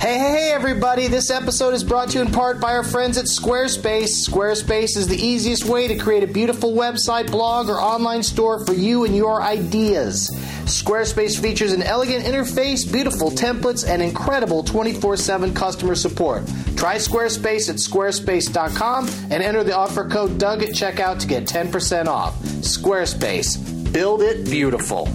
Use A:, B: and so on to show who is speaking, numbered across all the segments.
A: Hey, hey, hey, everybody! This episode is brought to you in part by our friends at Squarespace. Squarespace is the easiest way to create a beautiful website, blog, or online store for you and your ideas. Squarespace features an elegant interface, beautiful templates, and incredible 24 7 customer support. Try Squarespace at squarespace.com and enter the offer code DUG at checkout to get 10% off. Squarespace, build it beautiful.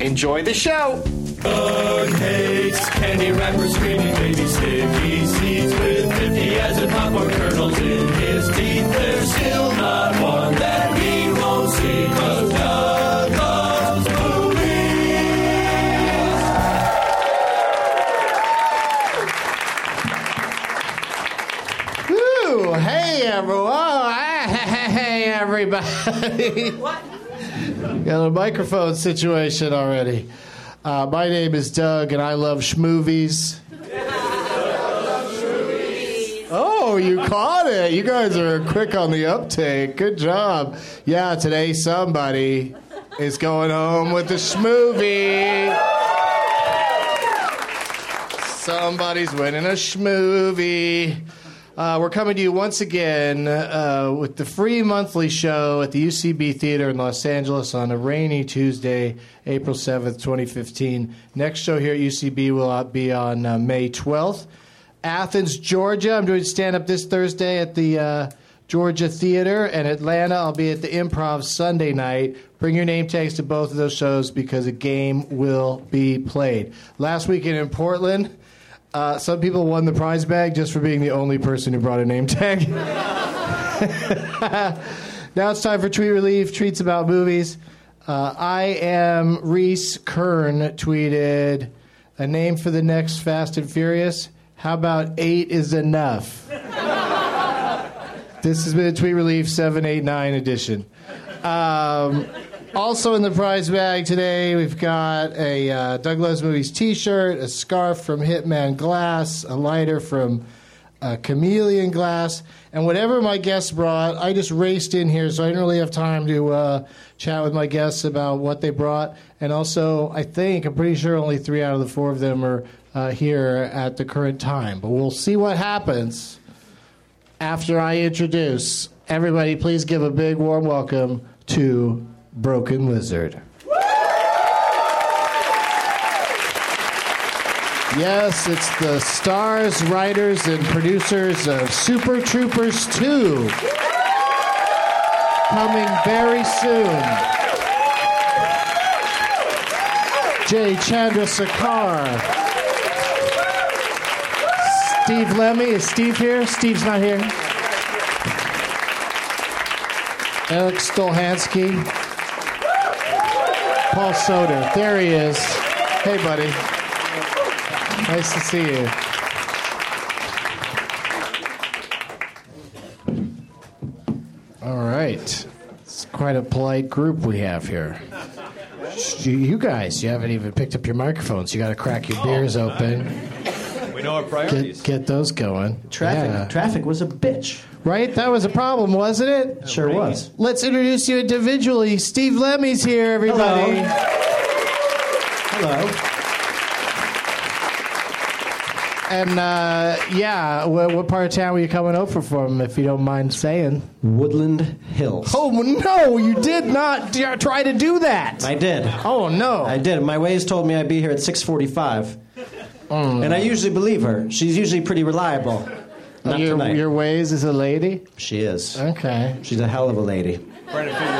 A: Enjoy the show!
B: Bug hates candy wrappers, screaming baby sticky seeds with 50 as in popcorn kernels in his teeth. There's still not one that he won't see 'cause Doug loves movies.
A: Woo! Hey, everyone! Hey, everybody! Got a microphone situation already. Uh, my name is Doug, and I love schmoovies. Oh, you caught it! You guys are quick on the uptake. Good job. Yeah, today somebody is going home with a schmoovie. Somebody's winning a schmovie. Uh, we're coming to you once again uh, with the free monthly show at the UCB Theater in Los Angeles on a rainy Tuesday, April 7th, 2015. Next show here at UCB will uh, be on uh, May 12th. Athens, Georgia. I'm doing stand up this Thursday at the uh, Georgia Theater. And Atlanta, I'll be at the improv Sunday night. Bring your name tags to both of those shows because a game will be played. Last weekend in Portland. Uh, some people won the prize bag just for being the only person who brought a name tag. now it's time for Tweet Relief, tweets about movies. Uh, I am Reese Kern tweeted a name for the next Fast and Furious.
C: How about eight is enough? this has been a Tweet Relief 789 edition. Um, also in the prize bag today, we've got a uh, Douglas Movies t shirt, a scarf from Hitman Glass, a lighter from uh, Chameleon Glass, and whatever my guests brought. I just raced in here, so I didn't really have time to uh, chat with my guests about what they brought. And also, I think, I'm pretty sure only three out of the four of them are uh, here at the current time. But we'll see what happens after I introduce. Everybody, please give a big warm welcome to Broken Lizard. Yes, it's the stars, writers, and producers of Super Troopers 2. Coming very soon. Jay Chandra Sakar. Steve Lemmy. Is Steve here? Steve's not here. Eric Stolhansky. Paul Soder. There he is. Hey, buddy. Nice to see you. All right. It's quite a polite group we have here. Sh- You you guys, you haven't even picked up your microphones. You got to crack your beers open,
B: Oh, We know our priorities.
C: get, get those going.
D: Traffic.
C: Yeah.
D: Traffic was a bitch.
C: Right? That was a problem, wasn't it?
D: Sure was.
C: Let's introduce you individually. Steve Lemmy's here, everybody.
D: Hello.
C: And uh, yeah, what, what part of town were you coming over from, if you don't mind saying?
D: Woodland Hills.
C: Oh no, you did not d- try to do that.
D: I did.
C: oh no.
D: I did. My ways told me I'd be here at 6:45,
C: Mm.
D: and I usually believe her. She's usually pretty reliable. Not
C: your,
D: tonight.
C: your ways is a lady.
D: She is.
C: Okay.
D: She's a hell of a lady.
C: It,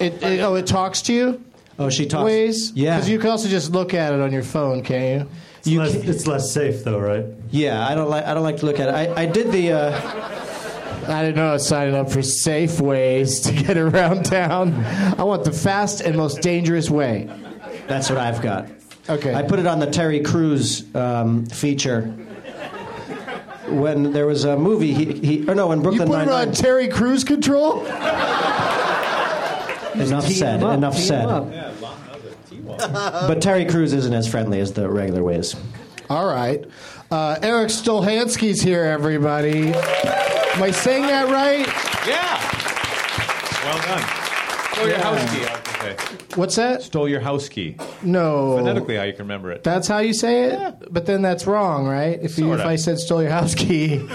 C: it oh it talks to you.
D: Oh, she talks.
C: Ways.
D: Yeah.
C: Because you can also just look at it on your phone, can't you?
D: You
E: less,
D: ca-
E: it's less safe though, right?
D: yeah. I don't like. I don't like to look at it. I, I did the. Uh,
C: I didn't know I was signing up for safe ways to get around town. I want the fast and most dangerous way.
D: that's what I've got.
C: Okay.
D: I put it on the Terry Crews um, feature. When there was a movie, he, he or no, when
C: you
D: Brooklyn
C: put it
D: Nine-Nine.
C: on Terry Cruise Control.
D: Enough said. Enough said. But Terry Crews isn't as friendly as the regular ways.
C: All right. Uh, Eric Stolhansky's here, everybody. Am I saying that right?
B: Yeah. Well done. Stole your house key. I was gonna say.
C: What's that?
B: Stole your house key.
C: No.
B: Phonetically, how you can remember it.
C: That's how you say it, but then that's wrong, right? If, you, if
B: Sorta.
C: I said stole your house key, I'd,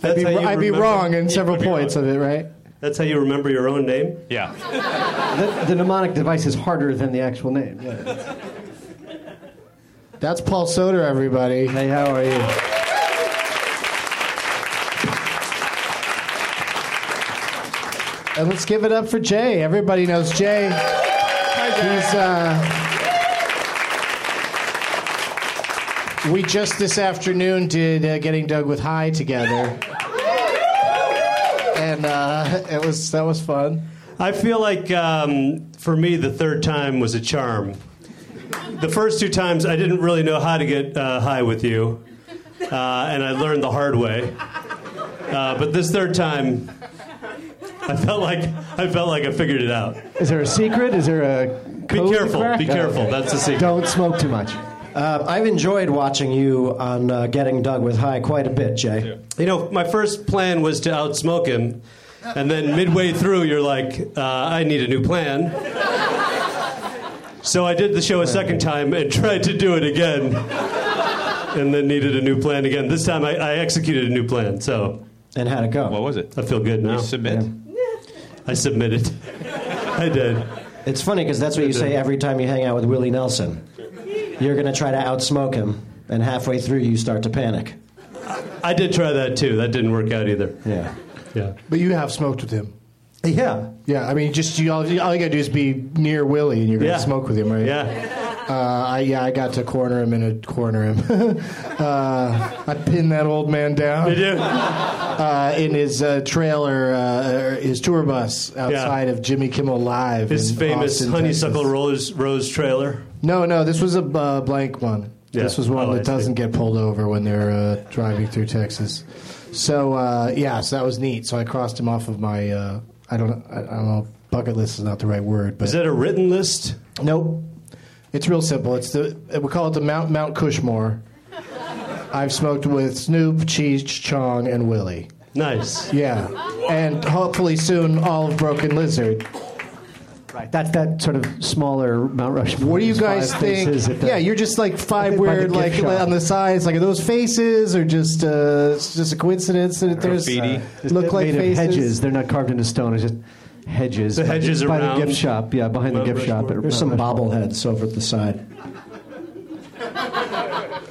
E: That's
C: be,
E: how you
C: I'd be
E: remember-
C: wrong in several
B: would be
C: points
B: wrong.
C: of it, right?
E: That's how you remember your own name.
B: Yeah.
F: The, the mnemonic device is harder than the actual name. yeah.
C: That's Paul Soder, everybody.
F: Hey, how are you?
C: And let's give it up for Jay. Everybody knows Jay. He's, uh, uh, we just this afternoon did uh, Getting Doug with High together. And uh, it was that was fun.
E: I feel like um, for me, the third time was a charm. The first two times, I didn't really know how to get uh, high with you, uh, and I learned the hard way. Uh, but this third time, I felt like I felt like I figured it out.
F: Is there a secret? Is there a
E: Be
F: code to
E: careful.
F: crack?
E: Be
F: Oh,
E: careful.
F: okay.
E: That's the secret.
F: Don't smoke too much.
D: Uh, I've enjoyed watching you on uh, Getting Doug with High quite a bit, Jay.
E: You know, my first plan was to outsmoke him, and then midway through, you're like, uh, I need a new plan. So I did the show a second time and tried to do it again, and then needed a new plan again. This time I, I executed a new plan, so
D: And how'd it go?
B: What was it?
E: I feel good now.
B: You submit.
E: I submitted. I did.
D: It's funny because that's what you say every time you hang out with Willie Nelson. You're going to try to outsmoke him, and halfway through you start to panic.
E: I did try that too. That didn't work out either.
D: Yeah.
E: Yeah.
C: But you have smoked with him.
D: Yeah.
C: Yeah, I mean, just you all, all you gotta do is be near Willie, and you're gonna
E: Yeah.
C: smoke with him, right?
E: Yeah.
C: Uh, I, yeah, I got to corner him and uh, corner him. uh, I pinned that old man
E: I
C: down
E: do.
C: uh, in his uh, trailer, uh, or his tour bus outside of Jimmy Kimmel Live.
E: His
C: in
E: famous
C: Austin,
E: honeysuckle
C: Texas.
E: rose, rose trailer.
C: No, no, this was a uh, blank one.
E: Yeah.
C: This was one
E: Oh, I
C: that
E: see.
C: doesn't get pulled over when they're uh, driving through Texas. So uh, yeah, so that was neat. So I crossed him off of my uh, I don't I, I don't know bucket list is not the right word, but
E: Is that a written list?
C: nope. It's real simple. It's the we call it the Mount Mount Cushmore. I've smoked with Snoop, Cheech, Chong, and Willie.
E: Nice.
C: Yeah, and hopefully soon all of Broken Lizard.
F: Right. That's that sort of smaller Mount Rushmore.
C: What do you
F: These
C: guys
F: five
C: think?
F: faces at the-
C: Yeah, you're just like
F: By
C: five
F: the
C: weird,
F: gift
C: like
F: shop.
C: on the sides, like are those faces, or just uh, it's just a coincidence that there's uh,
B: Graffiti.
F: It's
C: look like
F: made
C: faces.
F: Of hedges. They're not carved into stone. It's just hedges.
E: The
F: by-
E: hedges
F: by
E: around
F: the gift shop. Yeah, behind the
E: Mount
F: gift shop.
E: Rushmore.
F: at
D: There's some
F: Mount Rushmore.
D: bobbleheads over at the side.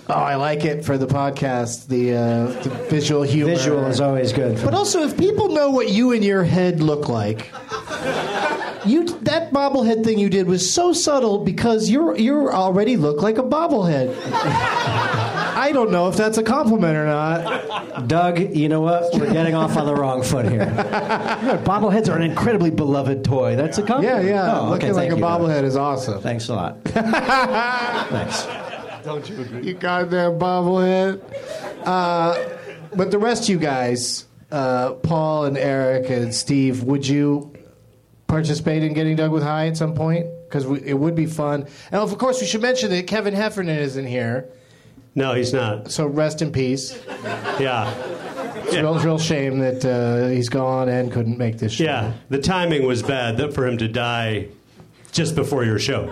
C: Oh, I like it for the podcast. The, uh, the visual humor.
D: Visual is always good.
C: But also, if people know what you and your head look like, you that bobblehead thing you did was so subtle because you're you already look like a bobblehead. I don't know if that's a compliment or not.
D: Doug, you know what? We're getting off on the wrong foot here.
F: Yeah, bobbleheads are an incredibly beloved toy. That's a
C: Yeah,
F: compliment.
C: yeah.
D: Oh, okay,
C: Looking like
D: thank
C: a
D: you, Doug.
C: bobblehead is awesome.
D: Thanks a lot. Thanks.
C: You goddamn bobblehead. Uh, but the rest of you guys, uh, Paul and Eric and Steve, would you participate in getting Doug with High at some point? Because it would be fun. And of course, we should mention that Kevin Heffernan isn't here,
E: No, he's not.
C: so rest in peace.
E: Yeah.
C: It's a real, real shame that uh, he's gone and couldn't make this show.
E: Yeah. The timing was bad that for him to die just before your show.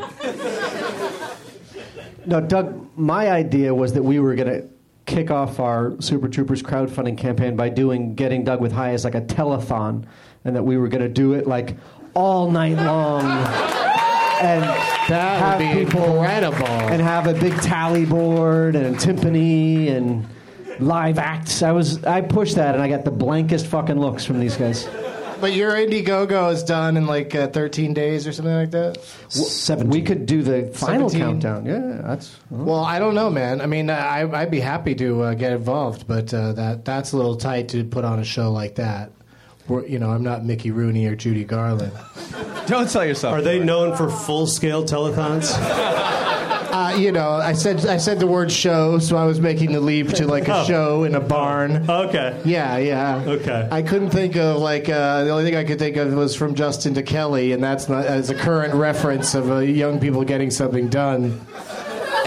F: No, Doug, my idea was that we were going to kick off our Super Troopers crowdfunding campaign by doing Getting Doug with High as like a telethon, and that we were going to do it like all night long. And
C: That
F: have
C: would be
F: people
C: incredible.
F: and have a big tally board and timpani and live acts. I was I pushed that and I got the blankest fucking looks from these guys.
C: But your Indiegogo is done in like uh, 13 days or something like that?
D: Seventeen.
F: We could do the final
C: 17.
F: countdown. Yeah, that's
C: Well, I don't know, man. I mean, I, I'd be happy to uh, get involved, but uh, that that's a little tight to put on a show like that. We're, you know, I'm not Mickey Rooney or Judy Garland.
G: Don't sell yourself.
E: Are they known for full scale telethons?
C: Uh, you know, I said I said the word show, so I was making the leap to like a
E: Oh.
C: show in a barn.
E: Okay.
C: Yeah, yeah.
E: Okay.
C: I couldn't think of like uh, the only thing I could think of was from Justin to Kelly, and that's not as a current reference of uh, young people getting something done.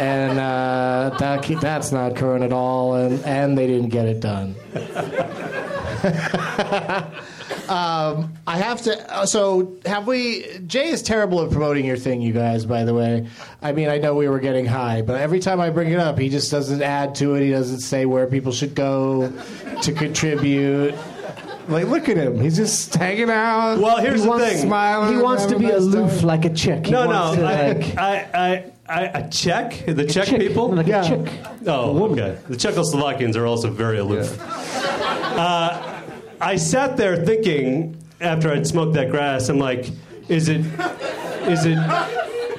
C: And uh, that that's not current at all, and, and they didn't get it done. um, I have to. uh, So have we? Jay is terrible at promoting your thing, you guys. By the way, I mean I know we were getting high, but every time I bring it up, he just doesn't add to it. He doesn't say where people should go to contribute. Like, look at him. He's just hanging out.
E: Well, here's
C: He
E: the
C: wants
E: thing.
C: to smile
F: he
C: and
F: wants to
C: have a
F: be
C: nice
F: aloof
C: time.
F: like a chick. He
E: No,
F: wants
E: no.
F: to,
E: I,
F: like-
E: I, I, I, I Czech? The Czech
F: chick,
E: people?
F: Like
C: Yeah.
F: a chick.
E: Oh, okay. The Czechoslovakians are also very aloof. Uh, I sat there thinking after I'd smoked that grass, I'm like, is it, is it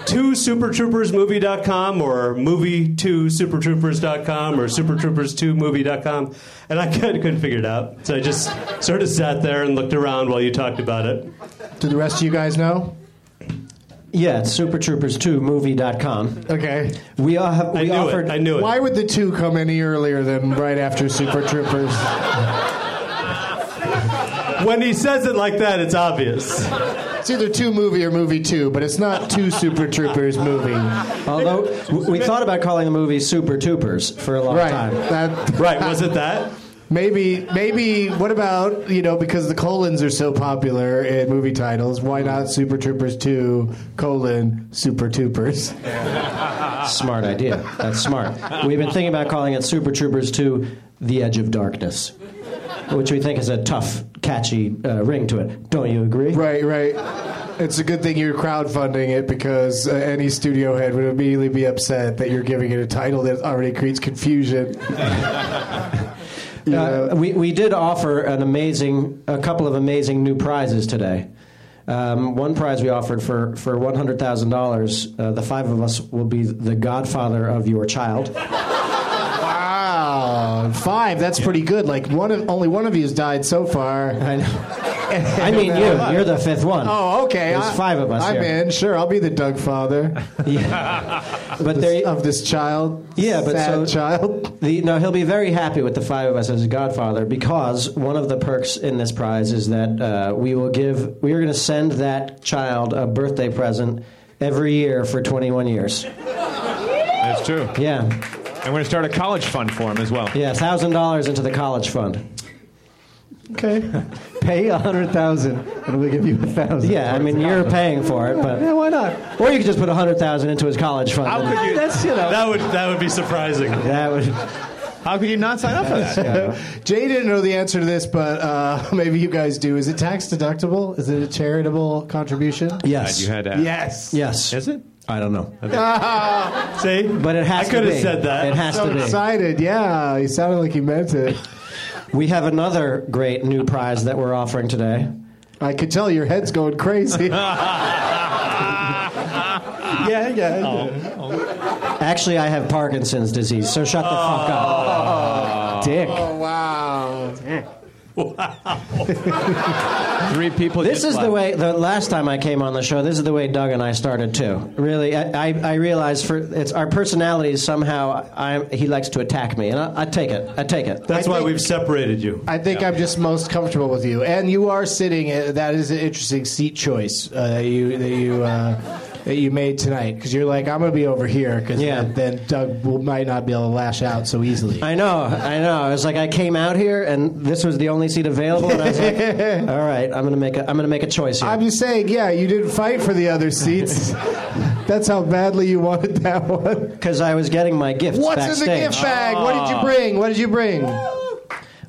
E: two supertroopersmovie.com or movie two supertroopers.com or supertroopers2movie.com? And I couldn't, couldn't figure it out. So I just sort of sat there and looked around while you talked about it.
C: Do the rest of you guys know?
D: Yeah, it's supertroopers2movie.com.
C: Okay.
D: We all have
E: I
D: we
E: knew
D: offered
E: it. I knew it.
C: Why would the two come any earlier than right after Super Troopers?
E: When he says it like that, it's obvious.
C: It's either two movie or movie two, but it's not two Super Troopers movie.
D: although w- we thought about calling the movie Super Troopers for a long
C: Right.
D: time.
C: That
E: Right, was it that?
C: maybe maybe what about, you know, because the colons are so popular in movie titles, why not Super Troopers 2 colon Super Troopers?
D: Smart idea. That's smart. We've been thinking about calling it Super Troopers 2 The Edge of Darkness, which we think is a tough, catchy uh, ring to it. Don't you agree?
C: Right, right. It's a good thing you're crowdfunding it because uh, any studio head would immediately be upset that you're giving it a title that already creates confusion.
D: Uh, we, we did offer an amazing, a couple of amazing new prizes today. Um, one prize we offered for, for $100,000. Uh, the five of us will be the godfather of your child.
C: Wow, five. That's pretty good. Like one of only one of you has died so far.
D: I know. I mean you. You're the fifth one.
C: Oh, okay.
D: There's
C: I-
D: five of us
C: I'm
D: here.
C: in. Sure, I'll be the Doug father.
D: but they,
C: of this child.
D: Yeah, but
C: sad
D: so-
C: child.
D: The, no, he'll be very happy with the five of us as a godfather because one of the perks in this prize is that uh, we will give, we are going to send that child a birthday present every year for 21 years.
G: That's true.
D: Yeah.
G: And we're going to start a college fund for him as well.
D: Yeah, $1,000 into the college fund.
F: Okay. Pay a hundred thousand, and we'll give you a thousand.
D: Yeah, I mean, you're paying for it,
F: Yeah,
D: but.
F: why not?
D: Or you could just put 100000 into his college fund.
G: How could you?
F: That's you know.
E: That would that would be surprising.
D: that would.
G: How could you not sign up for that?
C: Jay didn't know the answer to this, but uh, maybe you guys do. Is it tax deductible? Is it a charitable contribution?
D: Yes.
G: You had to ask.
C: Yes.
D: Yes.
G: Is it?
D: I don't know.
E: See,
D: But it has
E: I
D: to be.
E: could have said that.
D: It has
C: So
D: to be.
C: excited. Yeah, he sounded like he meant it.
D: We have another great new prize that we're offering today.
C: I could tell your head's going crazy. yeah, yeah.
D: Actually, I have Parkinson's disease, so shut the fuck up.
F: Dick.
C: Oh, wow.
G: Three people.
D: This
G: just
D: is the
G: left.
D: way. The last time I came on the show, this is the way Doug and I started too. Really, I, I, I realized for it's our personalities somehow. I, he likes to attack me, and I, I take it. I take it.
E: That's
C: I
E: why
C: think-
E: we've separated you.
C: I think I'm just most comfortable with you. And you are sitting, uh, that is an interesting seat choice uh, that you, that you, uh, that you made tonight. Because you're like, I'm going to be over here, because
D: Yeah.
C: then Doug will, might not be able to lash out so easily.
D: I know. I know. It's like I came out here, and this was the only seat available, and I was like, "All right, I'm gonna make a, I'm gonna make a choice here."
C: I'm just saying, yeah, you didn't fight for the other seats. That's how badly you wanted that one.
D: Because I was getting my gifts
C: What's
D: backstage.
C: in the gift bag? What did you bring? What did you bring?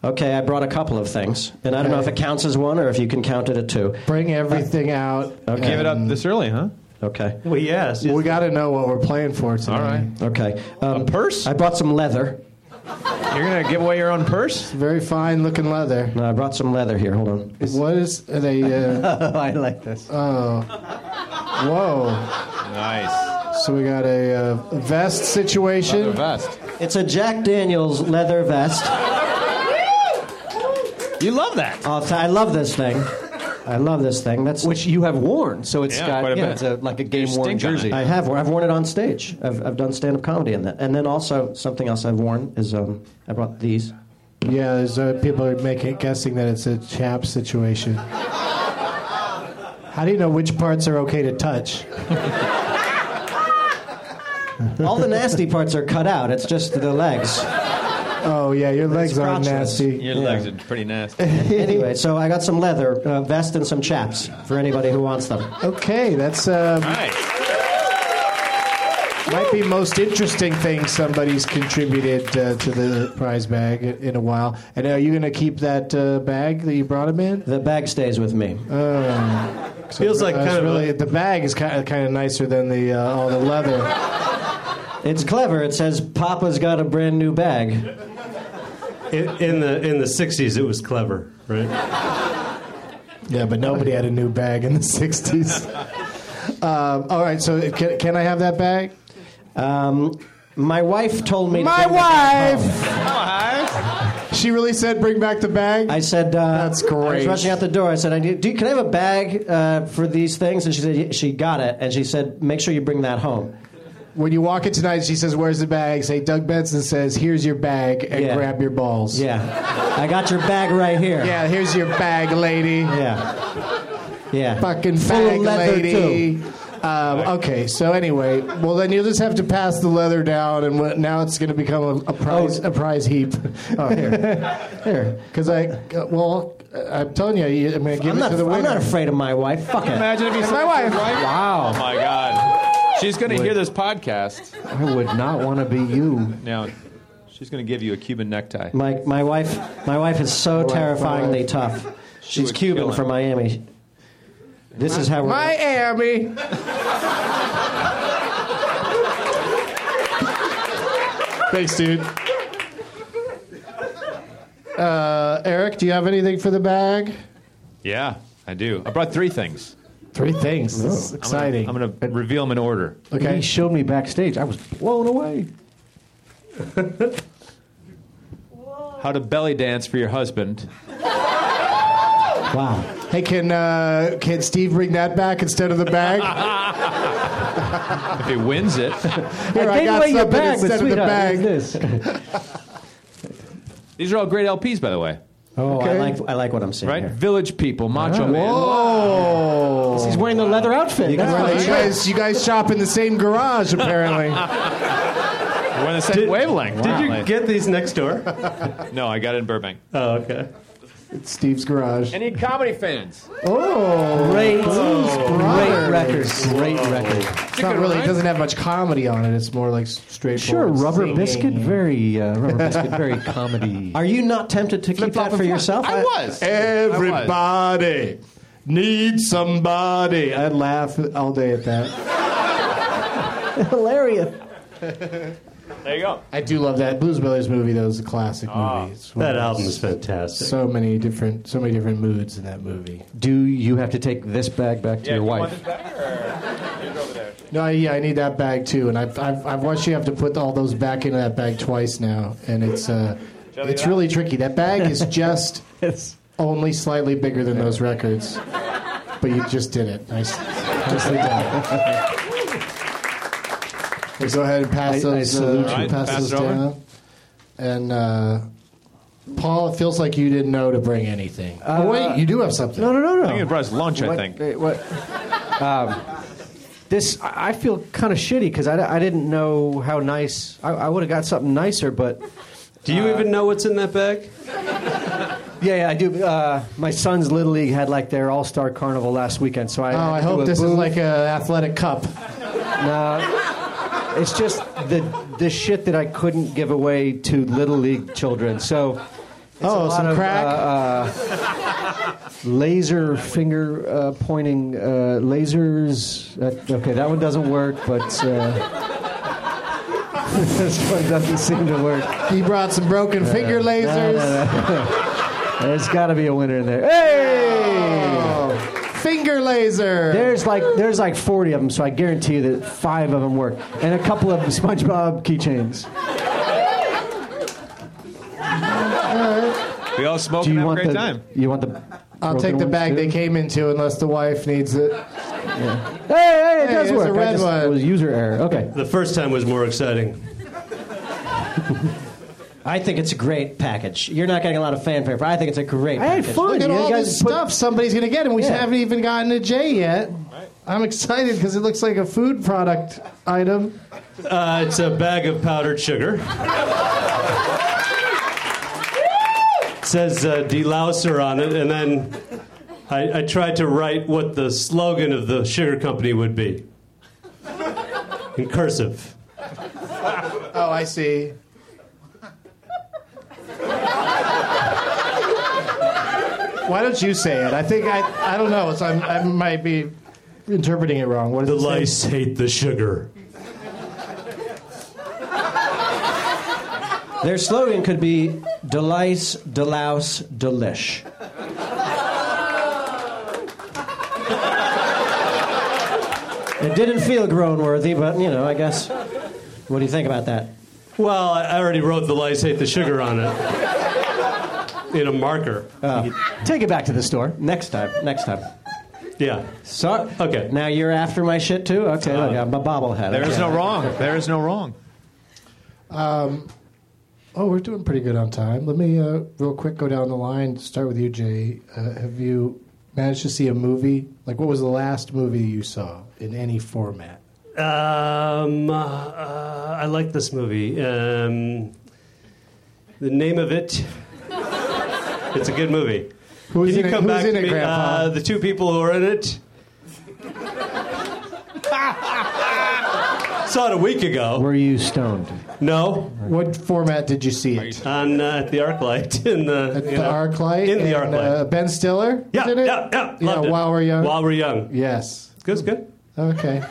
D: Okay, I brought a couple of things, and I don't know if it counts as one or if you can count it at two.
C: Bring everything out.
G: You gave it up this early, huh?
D: Okay.
E: Well, yes.
C: We got to know what we're playing for tonight.
G: All right.
D: Okay. Um,
G: A purse?
D: I brought some leather.
G: You're going to give away your own purse?
C: Very fine looking leather.
D: No, I brought some leather here. Hold on.
C: What is are they? Uh, oh.
D: Oh, I like this.
C: whoa!
E: Oh.
G: Nice.
C: So we got a uh, vest
G: Leather
C: situation.
G: vest.
D: It's a Jack Daniels leather vest.
G: You love that.
D: I'll t- I love this thing. I love this thing. That's
F: Which you have worn, so it's
G: Yeah, quite
F: got
G: a
F: yeah,
G: bit.
F: it's a, like a
G: There's
F: game worn
G: stink on
F: jersey.
G: it.
D: I have. worn- I've worn it on stage. I've, I've done stand up comedy in that. And then also something else I've worn is um, I brought these.
C: Yeah, there's, uh, people are making guessing that it's a chap situation. How do you know which parts are okay to touch?
D: All the nasty parts are cut out. It's just the legs.
C: Oh yeah, your legs are
D: crotchless.
C: nasty.
G: Your legs are pretty nasty.
D: Anyway, so I got some leather uh, vest and some chaps for anybody who wants them.
C: Okay, that's uh,
G: nice.
C: might be most interesting thing somebody's contributed uh, to the prize bag in a while. And are you going to keep that uh, bag that you brought him in?
D: The bag stays with me. Uh,
E: Feels like
C: I was
E: kind of
C: really
E: a,
C: the bag is kind of kind of nicer than the uh, all the leather.
D: It's clever. It says Papa's got a brand new bag.
E: in, in the in the '60s. It was clever, right?
C: Yeah, but nobody had a new bag in the '60s. Um, all right, so can, can I have that bag?
D: Um, my wife told me. to
C: My
D: bring it back home.
C: wife. She really said, "Bring back the bag."
D: Oh. I said, uh,
C: That's great.
D: I was rushing out the door. I said, I need, do, Can I have a bag uh, for these things? And she said, "Yeah," She got it. And she said, Make sure you bring that home.
C: when you walk in tonight, she says, "Where's the bag?" Say, "Doug Benson says, here's your bag, and
D: Yeah.
C: grab your balls."
D: Yeah. I got your bag right here.
C: Yeah, here's your bag, lady.
D: Yeah. Yeah.
C: Fucking
D: Full
C: bag,
D: of leather,
C: lady.
D: too.
C: Um, okay, so anyway, well then you'll just have to pass the leather down, and wh- now it's going to become a, a prize a prize heap. Oh, here, because I well, I'm telling you, you- I'm going to give
D: I'm
C: it
D: not,
C: to the winner.
D: I'm not afraid of my wife. Fuck it.
G: Imagine if you
C: It's
G: said
C: my wife.
G: Oh
D: Wow.
G: my God. She's going to hear this podcast.
F: I would not want to be you.
G: Now, she's going to give you a Cuban necktie.
D: My, my, wife, my wife is so
C: wife, my
D: terrifyingly
C: wife.
D: tough. She's
G: would kill
D: Cuban
G: him.
D: from Miami. This is how we're.
C: Miami. Thanks, dude. Uh, Eric, do you have anything for the bag?
G: Yeah, I do. I brought three things.
C: Three things. This is exciting.
G: I'm going to reveal them in order.
F: Okay.
C: okay.
F: He showed me backstage. I was blown away.
G: How to belly dance for your husband.
D: Wow.
C: Hey, can uh, can Steve bring that back instead of the bag?
G: If he wins it,
C: Here,
F: I
C: I
F: gave
C: got
F: away your
C: something
F: bag, but
C: instead of the
F: sweetheart,
C: bag.
F: here's this.
G: these are all great LPs, by the way.
D: Oh, I
C: Okay.
D: like I like what I'm seeing
G: Right?
D: here.
G: Village People, Macho Man.
C: Oh.
F: He's wearing the leather outfit. That's
C: Wow,
F: what
C: you,
F: I-
C: guys, you guys shop in the same garage, apparently.
G: We're on the same wavelength.
E: Did you
G: apparently.
E: get these next door?
G: No, I got it in Burbank.
E: Oh, okay.
C: it's Steve's garage.
G: Any comedy fans?
C: Oh.
F: Great,
C: Brothers.
F: great record, great record.
C: It's not really, it doesn't have much comedy on it. It's more like straightforward.
F: Sure, Rubber
C: singing.
F: Biscuit, very uh, Rubber Biscuit, very comedy.
D: Are you not tempted to
G: flop,
D: keep that
G: and
D: for
G: flop.
D: yourself?
G: I was. I was.
C: Everybody needs somebody. I'd laugh all day at that.
F: Hilarious.
G: There you go.
C: I do love that Blues Brothers movie. Though is a classic movie. It's one
E: Ah, That
C: of
E: album
C: those-
E: is fantastic.
C: So many different, so many different moods in that movie.
F: Do you have to take this bag back to your wife?
C: No, I- yeah, I need that bag too, and I've, I've, I've watched you have to put all those back into that bag twice now, and it's uh, it's really tricky. That bag is just only slightly bigger than those records, but you just did it. Nice, nicely done. Well, go ahead and pass
F: I- I
C: those, uh,
F: salute you.
G: Alright,
C: pass
G: pass
C: those
G: it over.
C: down. And uh, Paul, it feels like you didn't know to bring anything. oh wait, you do have something.
F: Uh, No, no, no, no.
G: I think it brought us lunch, I think.
F: uh, What, um, this, I I feel kind of shitty because I, I didn't know how nice. I, I would have got something nicer, but
E: Do
C: uh,
E: you even know what's in that bag?
F: yeah, yeah I do. Uh, my son's little league had like their all star carnival last weekend, so I.
C: Oh, I hope this is like an athletic cup.
F: It's just the the shit that I couldn't give away to little league children. So.
C: oh,
F: lot
C: some
F: of,
C: crack.
F: uh, laser finger uh, pointing uh, lasers. That, okay, that one doesn't work, but uh, this one doesn't seem to work. Uh,
C: He brought some broken finger lasers.
F: There's got to be a winner in there. Hey!
C: Oh. Finger laser.
F: There's like there's like 40 of them, so I guarantee you that five of them work, and a couple of SpongeBob keychains.
G: We all smoke
F: Do
G: and
F: you
G: have a
F: want
G: great
F: the?
G: time.
F: You want the?
C: I'll take the bag they came into unless the wife needs it.
F: Hey, hey, it
C: Hey,
F: does
C: it's a
F: work. I
C: red
F: just-
C: one.
F: It was user error. Okay.
E: The first time was more exciting.
D: I think it's a great package. You're not getting a lot of fanfare, but I think it's a great
F: I had
D: package.
F: fun.
C: Look at
F: You
C: all
F: guys
C: this
F: put-
C: stuff somebody's gonna get, and we
F: Yeah.
C: haven't even gotten a J yet. I'm excited because it looks like a food product item.
E: Uh, it's a bag of powdered sugar. It says uh, delouser on it, and then I, I tried to write what the slogan of the sugar company would be in cursive.
C: Oh, I see. Why don't you say it? I think I I don't know. So I'm, I might be interpreting it wrong. What is
E: The
C: it say?
E: lice hate the sugar.
D: Their slogan could be Delice, Delouse, Delish. It didn't feel grown worthy, but you know, I guess. What do you think about that?
E: Well, I I already wrote the lice hate the sugar on it in a marker.
D: Take it back to the store next time. Next time.
E: Yeah.
D: Sorry.
E: Okay.
D: Now you're after my shit too. Okay. Look, I'm a bobblehead.
G: There is
D: Okay.
G: no wrong. There is no wrong.
C: Oh, we're doing pretty good on time. Let me uh, real quick go down the line. Start with you, Jay. Uh, have you managed to see a movie? Like, what was the last movie you saw in any format?
E: Um, uh, I like this movie. Um, the name of it. It's a good movie.
C: Who's
E: Can
C: in
E: you
C: it,
E: come
C: who's
E: back
C: in
E: to
C: it
E: me?
C: Grandpa?
E: Uh, the two people who are in it. Saw it a week ago.
F: Were you stoned?
E: No,
C: Uh, what format did you see it?
E: on uh, at the ArcLight in the
C: At
E: Uh, you
C: the
E: know,
C: ArcLight.
E: in the
C: and,
E: ArcLight.
C: Uh, ben Stiller.
E: yeah,
C: was in it?
E: yeah, yeah,
C: Yeah.
E: loved it.
C: While we're young.
E: While we're young.
C: yes.
E: It was good.
C: Okay.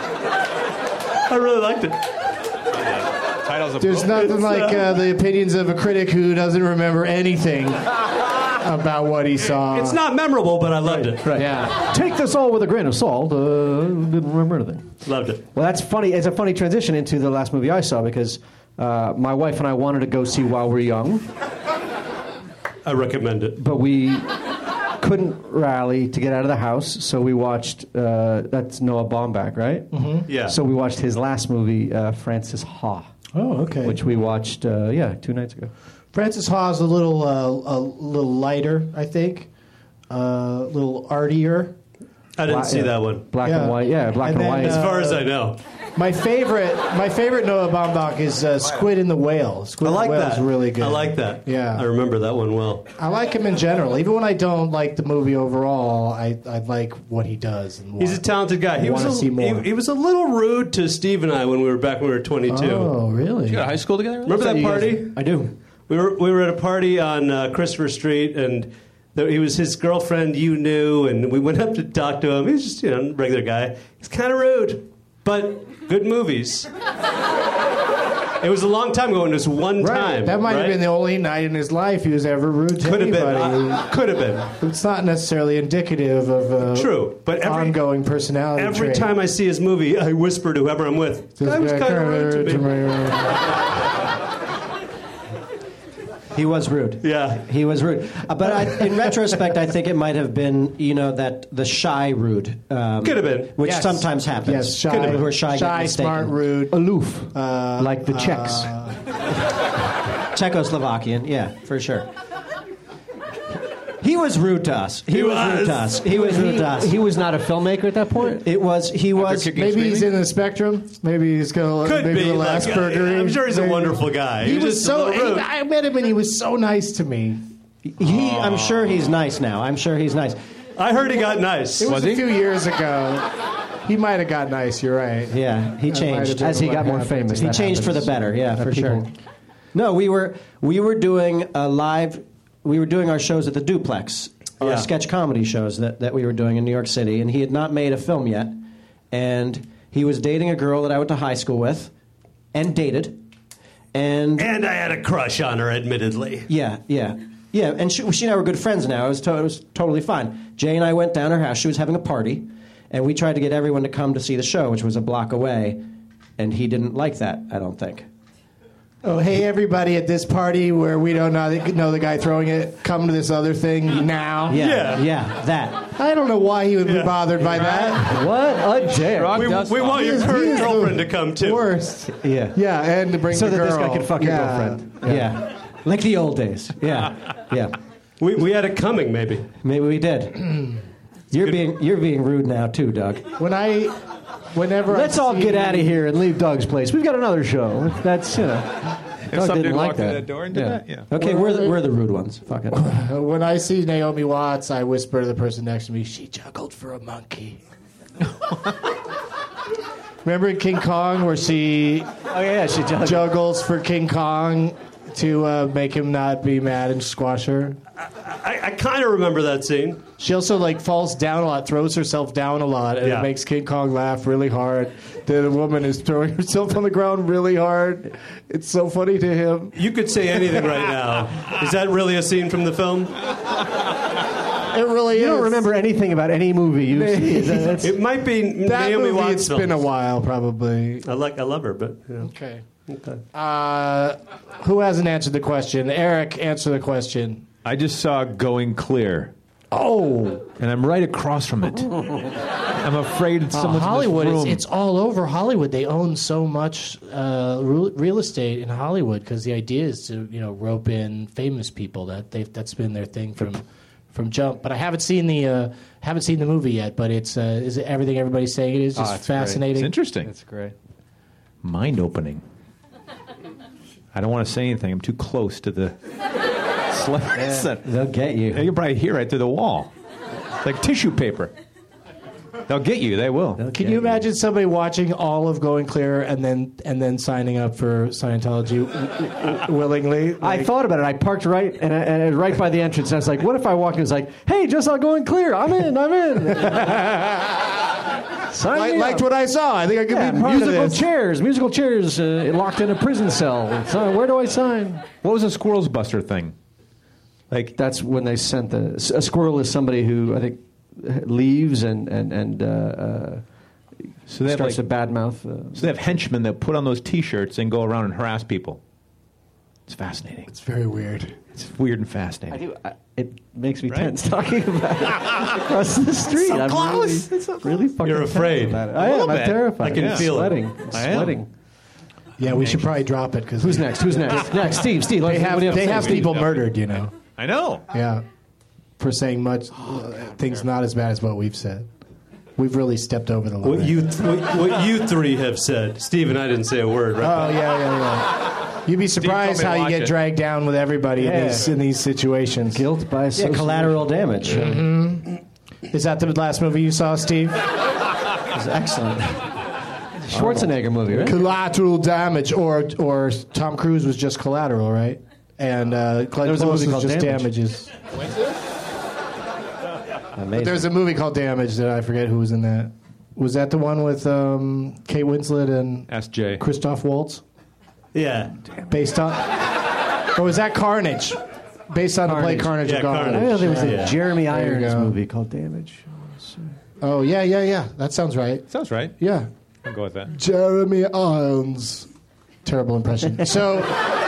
E: I really liked it.
C: Uh,
G: Titles of
C: There's
G: book.
C: nothing
E: It's,
C: like
E: uh,
C: uh, the opinions of a critic who doesn't remember anything about what he saw.
E: It's not memorable, but I loved it.
F: Right.
C: Yeah.
F: Take this all with a grain of salt. Uh, didn't remember anything.
E: Loved it.
F: Well, that's funny. It's a funny transition into the last movie I saw because uh, my wife and I wanted to go see While We're Young,
E: I recommend it.
F: but we couldn't rally to get out of the house, so we watched. Uh, that's Noah Baumbach, right? Mm-hmm.
E: Yeah.
F: So we watched his last movie, uh, Francis Ha,
C: Oh, okay.
F: which we watched, uh, yeah, two nights ago.
C: Francis Ha's a little uh, a little lighter, I think, uh, a little artier.
E: I didn't see
F: yeah.
E: that one.
F: Black
C: Yeah.
F: and white, yeah, black
C: And
F: and,
C: then,
F: white.
C: uh,
E: As far as I know,
C: My favorite, my favorite Noah Baumbach is uh, Squid and the Whale. Squid
E: I like
C: and the Whale
E: that.
C: is really good.
E: I like that.
C: Yeah.
E: I remember that one well.
C: I like him in general. Even when I don't like the movie overall, I, I like what he does. And
E: He's a
C: want-
E: talented guy. He was
C: wanna
E: a,
C: see more.
E: He, he was a little rude to Steve and I when we were back when we were 22.
C: Oh, really?
G: You got high school together?
E: Remember that
F: You guys-
E: party?
F: I do.
E: We were we were at a party on uh, Christopher Street, and there, he was his girlfriend you knew, and we went up to talk to him. He was just you know a regular guy. He's kind of rude, but good movies. it was a long time ago, and it was one
C: Right.
E: time.
C: that might
E: right?
C: have been the only night in his life he was ever rude to
E: could have been
C: anybody.
E: uh, could have been.
C: it's not necessarily indicative of uh,
E: True, but every-
C: ongoing personality.
E: Every time I see his movie, I whisper to whoever I'm with. Guy was kind of rude to me.
D: He was rude.
E: Yeah.
D: He was rude. Uh, but I, in retrospect, I think it might have been, you know, that the shy rude. Um,
E: Could have been.
D: Which
C: Yes.
D: sometimes happens.
C: Yes, shy,
D: People who are shy, get
C: shy
D: mistaken.
C: smart, rude,
F: Aloof,
C: uh,
F: like the Czechs.
C: uh,
D: Czechoslovakian, yeah, for sure. He was rude to us. He, was. rude to us. He was rude to us.
F: he was not a filmmaker at that point.
D: it was. He was.
G: kicking
C: Maybe he's in the spectrum. Maybe he's got
E: Could
C: maybe
E: be.
C: the last
E: like, uh,
C: burger.
E: I'm sure he's a
C: Maybe-
E: wonderful guy.
C: He
E: He's
C: was
E: just a
C: so.
E: little rude.
C: he- I met him and he was so nice to me.
D: He, I'm sure he's nice now. I'm sure he's nice.
E: I heard he got nice.
C: It was,
G: Was
C: a
G: he?
C: few years ago. He might have got nice. You're right.
D: Yeah, he
C: That might have
D: changed
C: been
F: As he
C: what
F: got more
C: happened.
F: famous,
D: He
F: that
D: changed for
F: happens.
D: the better. Yeah,
F: Uh,
D: for
F: people-
D: sure. No, we were we were doing a live. We were doing our shows at the Duplex, our
E: Yeah.
D: sketch comedy shows that, that we were doing in New York City, and he had not made a film yet, and he was dating a girl that I went to high school with, and dated, and
E: And I had a crush on her, admittedly.
D: Yeah, yeah, yeah. And she, she and I were good friends now. It was, to, it was totally fine. Jay and I went down her house. She was having a party, and we tried to get everyone to come to see the show, which was a block away. And he didn't like that. I don't think.
C: Oh, hey everybody at this party where we don't know, know the guy throwing it. Come to this other thing now.
D: Yeah,
E: Yeah.
D: yeah, that.
C: I don't know why he would be
E: Yeah.
C: bothered by that.
F: What a dick!
G: Rock
E: We,
G: dust
E: we
G: off.
E: want
C: He
E: your
C: is- he
E: current
C: is the
E: girlfriend to come too.
C: Worst.
D: Yeah,
C: Yeah, and to bring
F: so
C: the
F: that
C: girl.
F: this guy could fuck
C: Yeah.
F: your girlfriend.
D: yeah, Like the old days. Yeah, yeah.
E: We, we had it coming, maybe.
D: Maybe we did. You're being you're being rude now too, Doug.
C: When I, whenever I
F: Let's all
C: see-
F: get out of here and leave Doug's place. We've got another show. That's you know.
G: If some
F: didn't
G: dude
F: like
G: walked in
F: that.
G: that door and did that, yeah.
D: Okay, we're the, we're the rude ones. Fuck it.
C: Uh, When I see Naomi Watts, I whisper to the person next to me, "She juggled for a monkey." Remember in King Kong where she
F: Oh yeah, she judged.
C: juggles for King Kong to uh, make him not be mad and squash her?
E: I, I kind of remember that scene.
C: She also like falls down a lot, throws herself down a lot, and
E: Yeah.
C: it makes King Kong laugh really hard. That a woman is throwing herself on the ground really hard. It's so funny to him.
E: You could say anything right now. Is that really a scene from the film?
C: It really
F: You
C: is.
F: don't remember anything about any movie you see. Is that- that's-
E: It might be
C: that
E: Naomi
C: movie?
E: Watts.
C: it's been a
E: films.
C: while, probably.
E: I like I love her, but you know.
C: Okay. Uh, who hasn't answered the question? Eric, answer the question.
G: I just saw Going Clear,
C: Oh,
G: and I'm right across from it. I'm afraid someone's in this
C: Oh, Hollywood! It's,
G: room.
C: it's all over Hollywood. They own so much uh, real, real estate in Hollywood because the idea is to you know rope in famous people. That they've, that's been their thing from from jump. But I haven't seen the uh, haven't seen the movie yet. But it's uh, is it everything everybody's saying it is just
F: Ah, it's great.
G: It's
C: fascinating.
G: interesting.
F: great.
G: Mind opening. I don't want to say anything. I'm too close to the celebrity center.
D: They'll get
G: You
D: you.
G: can probably hear right through the wall. It's like tissue paper. They'll get you. They will.
C: Can you imagine somebody watching all of Going Clear and then and then signing up for Scientology w- w- willingly?
F: I
C: Like-
F: thought about it. I parked right and, I, and I- right by the entrance. And I was like, "What if I walk in?" It's like, "Hey, just not going clear. I'm in. I'm in." Sign
C: I
F: me
C: liked
F: up.
C: what I saw. I think I could
F: Yeah,
C: be part of
F: musical
C: this.
F: chairs, musical chairs, uh, locked in a prison cell. So where do I sign?
G: What was the Squirrels Buster thing? Like
F: That's when they sent the a squirrel is somebody who I think leaves and and and uh, uh,
G: so they have like,
F: starts to
G: so
F: badmouth. Uh,
G: they have henchmen that put on those T-shirts and go around and harass people. It's fascinating.
C: It's very weird.
G: It's weird and fascinating.
F: I do. I, it makes me
G: Right?
F: tense talking about it across the street.
G: so
F: I'm
G: close.
F: Really, really fucking.
E: You're
F: tense
E: afraid.
F: about it.
G: A
F: I am.
G: little
F: I'm
G: bit.
F: terrified.
G: I can
F: I'm
G: feel it.
F: sweating.
G: I am.
F: Sweating.
C: Yeah, we should probably drop it because
F: Who's next? Who's next? next, Steve. Steve.
C: They have, they have people murdered, you know.
G: I know.
C: Yeah, for saying much
G: Oh,
C: uh, things not as bad as what we've said. We've really stepped over the line.
E: What you, th- what, what you three have said. Steve and I didn't say a word, right?
C: Oh yeah, yeah, yeah. You'd be surprised
G: me to
C: how you
G: watch
C: get
G: it.
C: dragged down with everybody in
F: Yeah.
C: these in these situations.
F: Guilt by
D: Yeah,
F: association.
D: collateral damage.
C: Is that the last movie you saw, Steve?
D: It's excellent. Schwarzenegger movie, right?
C: collateral damage, or or Tom Cruise was just collateral, right? And uh, Glenn
F: There was a
C: Close
F: movie
C: was
F: called
C: just
F: Damage.
C: damages.
D: Amazing.
C: There was a movie called Damage that I forget who was in that. Was that the one with um, Kate Winslet and
G: Ask Jay.
C: Christoph Waltz?
E: Yeah.
C: Based on, or was that Carnage? Based on the play
F: Carnage.
C: Carnage
E: Yeah,
C: of Gone.
F: I know there was a
E: Yeah.
F: Jeremy
C: you
F: Irons
C: go.
F: movie called Damage.
C: Oh yeah, yeah, yeah. That sounds right.
G: Sounds right.
C: Yeah,
G: I'll go with that.
C: Jeremy Irons. Terrible impression. So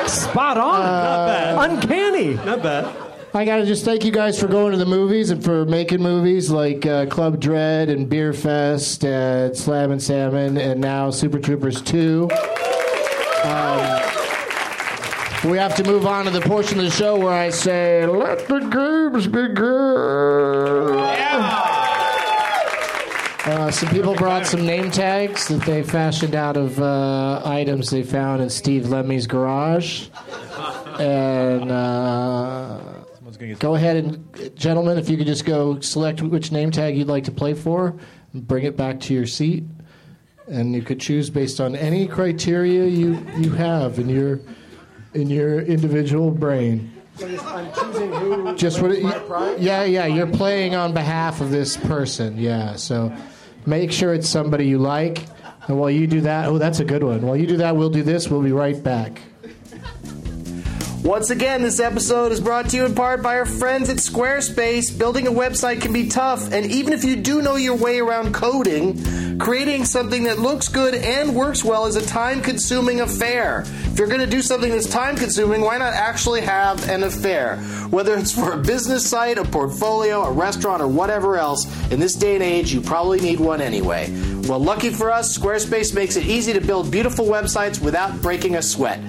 F: Spot on.
D: Uh,
F: Uncanny.
E: Not bad.
C: I gotta just thank you guys for going to the movies and for making movies like uh, Club Dread and Beer Fest and Slam and Salmon and now Super Troopers Two. Um, we have to move on to the portion of the show where I say, "Let the games begin." Uh, some people brought some name tags that they fashioned out of uh, items they found in Steve Lemmy's garage. And uh, go ahead and, gentlemen, if you could just go select which name tag you'd like to play for, and bring it back to your seat. And you could choose based on any criteria you, you have in your in your individual brain.
F: I'm choosing who.
C: Just what? It,
F: prize?
C: yeah, yeah. You're playing on behalf of this person. Yeah. So make sure it's somebody you like. And while you do that, oh, that's a good one. While you do that, we'll do this. We'll be right back.
H: Once again, this episode is brought to you in part by our friends at Squarespace. Building a website can be tough, and even if you do know your way around coding, creating something that looks good and works well is a time consuming affair. If you're going to do something that's time consuming, why not actually have an affair? Whether it's for a business site, a portfolio, a restaurant, or whatever else, in this day and age, you probably need one anyway. Well, lucky for us, Squarespace makes it easy to build beautiful websites without breaking a sweat.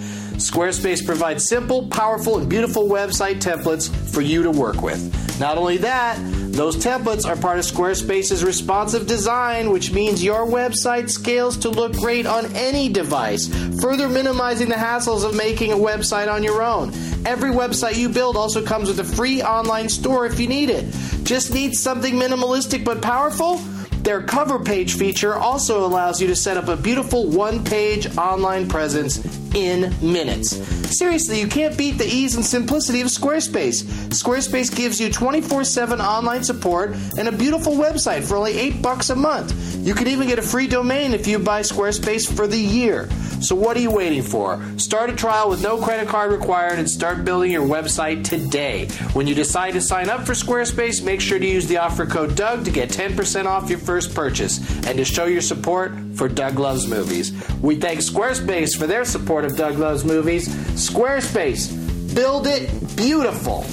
H: Squarespace provides simple, powerful, and beautiful website templates for you to work with. Not only that, those templates are part of Squarespace's responsive design, which means your website scales to look great on any device, further minimizing the hassles of making a website on your own. Every website you build also comes with a free online store if you need it. Just need something minimalistic but powerful? Their cover page feature also allows you to set up a beautiful one page online presence in minutes. Seriously, you can't beat the ease and simplicity of Squarespace. Squarespace gives you 24 7 online support and a beautiful website for only 8 bucks a month. You can even get a free domain if you buy Squarespace for the year. So what are you waiting for? Start a trial with no credit card required and start building your website today. When you decide to sign up for Squarespace, make sure to use the offer code Doug to get 10% off your first purchase and to show your support for Doug Loves Movies. We thank Squarespace for their support of Doug Loves Movies. Squarespace, build it beautiful.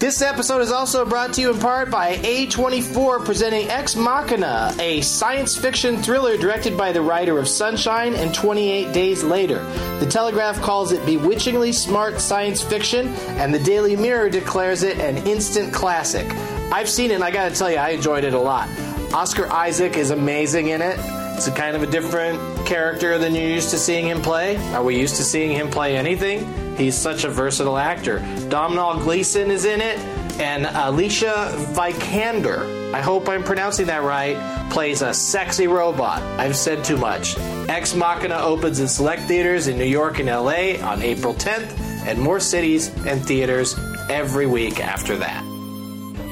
H: This episode is also brought to you in part by A24 presenting Ex Machina, a science fiction thriller directed by the writer of Sunshine and 28 Days Later. The Telegraph calls it bewitchingly smart science fiction, and the Daily Mirror declares it an instant classic. I've seen it, and I gotta tell you, I enjoyed it a lot. Oscar Isaac is amazing in it. It's a kind of a different character than you're used to seeing him play. Are we used to seeing him play anything? He's such a versatile actor. Domhnall Gleeson is in it, and Alicia Vikander, I hope I'm pronouncing that right, plays a sexy robot. I've said too much. Ex Machina opens in select theaters in New York and LA on April 10th, and more cities and theaters every week after that.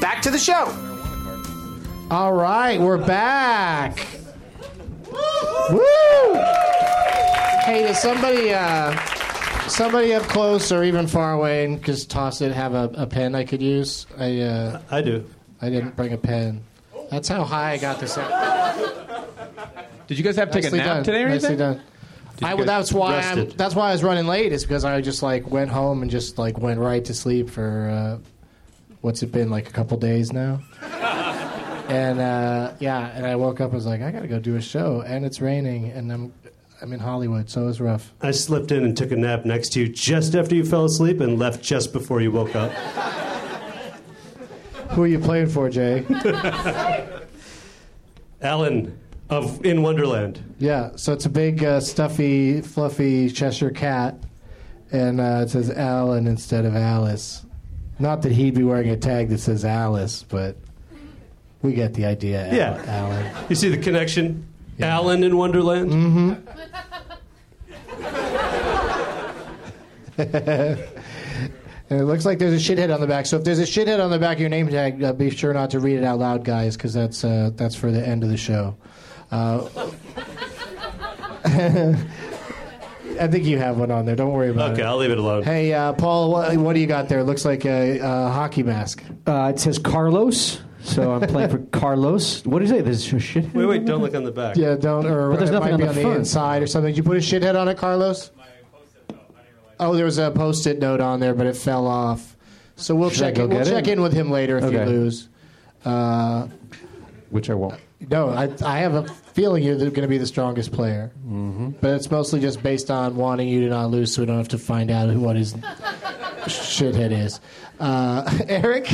H: Back to the show.
C: All right, we're back. Woo! Hey, does somebody, uh, somebody up close or even far away, and just toss it, have a, a pen I could use? I, uh,
E: I do.
C: I didn't bring a pen. That's how high I got this. Out.
G: Did you guys have to take a
C: Nicely
G: nap
C: done.
G: today or
C: Nicely
G: anything?
C: done. I,
E: you guys
C: that's why I'm,
E: rested?
C: that's why I was running late. Is because I just like went home and just like went right to sleep for uh, what's it been like a couple days now. and uh, yeah, and I woke up. I was like, I gotta go do a show, and it's raining, and I'm I'm in Hollywood, so it's rough.
E: I slipped in and took a nap next to you just after you fell asleep and left just before you woke up.
C: Who are you playing for, Jay?
E: Alan of In Wonderland.
C: yeah, so it's a big uh, stuffy, fluffy Cheshire cat, and uh, it says Alan instead of Alice. Not that he'd be wearing a tag that says Alice, but we get the idea. Al-
E: Yeah.
C: Alan.
E: You see the connection? Alan in Wonderland? Mm-hmm.
C: And it looks like there's a shithead on the back. So if there's a shithead on the back of your name tag, uh, be sure not to read it out loud, guys, because that's uh, that's for the end of the show. Uh, I think you have one on there. Don't worry about
E: Okay,
C: it.
E: I'll leave it alone.
C: Hey, uh, Paul, what, what do you got there? Looks like a, a hockey mask.
D: Uh, it says Carlos, so I'm playing for Carlos. What is it? There's a shit.
E: Wait, wait, don't look on the back.
C: Yeah, don't. Or
D: But there's
C: it
D: nothing
C: might
D: on
C: be
D: the
C: on the
D: front.
C: inside or something. Did you put a shithead on it, Carlos? Oh, there was a post-it note on there, but it fell off. So we'll
D: I
C: check.
D: go
C: In, we'll
D: get it?
C: check in with him later if you
D: Okay.
C: lose. Uh,
D: Which I won't.
C: No, I, I have a feeling you're going to be the strongest player. Mm-hmm. But it's mostly just based on wanting you to not lose so we don't have to find out who what his shithead is. Uh, Eric?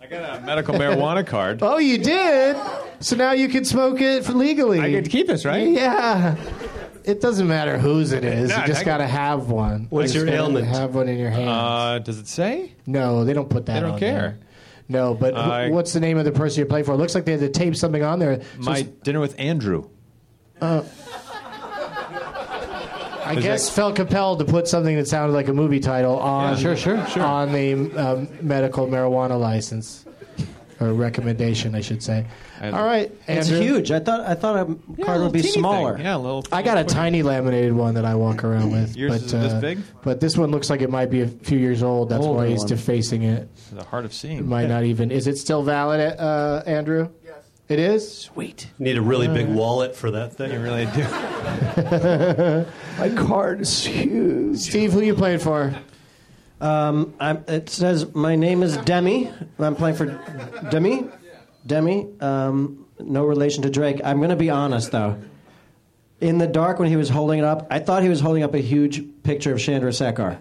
G: I got a medical marijuana card.
C: Oh, you did? So now you can smoke it for legally.
G: I get to keep this, right?
C: Yeah. It doesn't matter whose it is.
G: No,
C: you just
G: I-
C: got to have one.
E: What's
C: You
E: your
C: just gotta
E: ailment?
C: Have one in your hand.
G: Uh, does it say?
C: no, they don't put that
G: I don't
C: on
G: care.
C: there. No, but wh-
G: I-
C: what's the name of the person you're playing for? It looks like they had to tape something on there. So
G: My dinner with Andrew.
C: I
G: Is
C: guess
G: that-
C: felt compelled to put something that sounded like a movie title on
G: Yeah, sure, sure, sure.
C: on the um, medical marijuana license or recommendation, I should say.
G: I-
C: All right,
D: It's
C: Andrew.
D: huge. I thought I thought a
G: Yeah,
D: card
G: a
D: would be
G: teeny thing.
D: smaller.
G: Yeah, a little.
C: I got a tiny laminated one that I walk around with.
G: Yours
C: but,
G: is this
C: uh,
G: big?
C: But this one looks like it might be a few years old. That's
D: Older
C: why he's
D: one.
C: defacing it.
G: The heart of seeing.
C: Might not even. Is it still valid, uh, Andrew? Yes. It is.
D: Sweet.
E: Need a really big wallet for that thing.
G: I really do.
D: My card is huge.
C: Steve, who you playing for?
D: Um, I'm, it says my name is Demi. I'm playing for Demi. Demi. Um, no relation to Drake. I'm going to be honest though. In the dark, when he was holding it up, I thought he was holding up a huge picture of Chandra Sekar.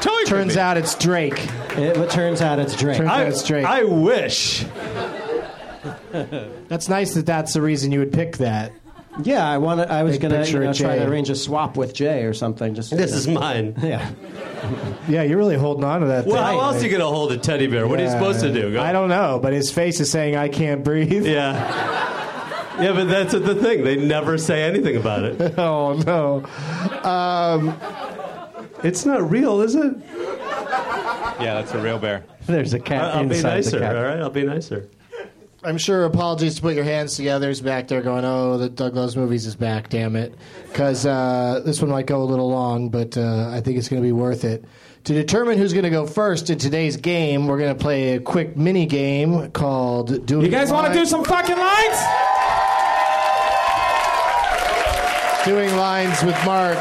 G: totally
C: Turns out it's Drake.
D: It, but turns out it's Drake.
C: Turns
E: I,
C: out it's Drake.
E: I wish.
C: That's nice that that's the reason you would pick that.
D: Yeah, I wanted. I was
C: Big
D: going to
C: picture
D: you know,
C: of
D: try
C: Jay.
D: to arrange a swap with Jay or something. Just
E: This is mine.
D: yeah.
C: Yeah, you're really holding on to that.
E: Well,
C: thing.
E: how else are you going to hold a teddy bear? What are you supposed to do? Go-
C: I don't know, but his face is saying, "I can't breathe."
E: Yeah. Yeah, but that's the thing. They never say anything about it.
C: Oh no!
E: It's not real, is it?
G: Yeah, that's a real bear.
D: There's a cat
E: I'll be
D: inside
E: nicer,
D: the
E: all
D: cat.
E: right? I'll be nicer.
C: I'm sure apologies to put your hands together is back there going, "Oh, the Doug Loves Movies is back, damn it!" Because uh, this one might go a little long, but uh, I think it's going to be worth it. To determine who's going to go first in today's game, we're going to play a quick mini game called "Do
I: You guys want to do some fucking lines?
C: Doing Lines with Mark.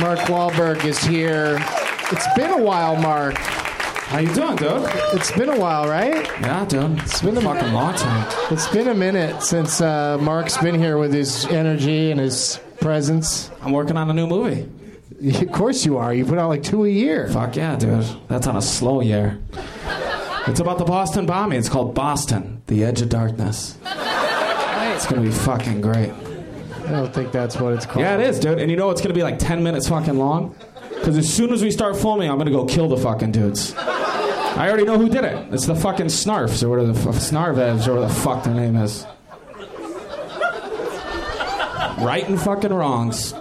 C: Mark Wahlberg is here. It's been a while, Mark.
I: How you doing, dude?
C: It's been a while, right?
I: Yeah, dude. It's
C: been a-
I: fucking long time.
C: It's been a minute since uh, Mark's been here with his energy and his presence.
I: I'm working on a new movie.
C: Of course you are. You put out like two a year.
I: Fuck yeah, dude. That's on a slow year. It's about the Boston bombing. It's called Boston, The Edge of Darkness. It's gonna be fucking great.
C: I don't think that's what it's called.
I: Yeah, it is, dude. And you know it's gonna be like 10 minutes fucking long? Because as soon as we start filming, I'm gonna go kill the fucking dudes. I already know who did it. It's the fucking Snarfs or whatever the f- Snarvevs or whatever the fuck their name is. Right and fucking wrongs.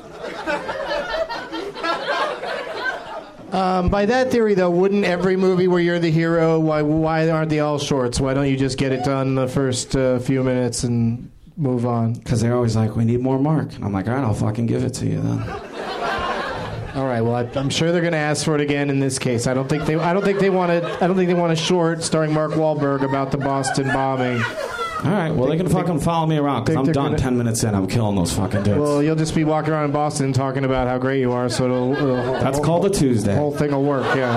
C: Um, by that theory, though, wouldn't every movie where you're the hero, why, why aren't they all shorts? Why don't you just get it done the first uh, few minutes and move on?
I: Because they're always like, we need more Mark. And I'm like, all right, I'll fucking give it to you then.
C: All right. Well, I, I'm sure they're going to ask for it again in this case. I don't think they. I don't think they want to. I don't think they want a short starring Mark Wahlberg about the Boston bombing.
I: All right, well, they can fucking follow me around because
C: think
I: I'm
C: they're
I: done
C: gonna-
I: 10 minutes in. I'm killing those fucking dudes.
C: Well, you'll just be walking around in Boston talking about how great you are. So it'll. it'll
I: That's called a Tuesday.
C: whole thing will work. Yeah.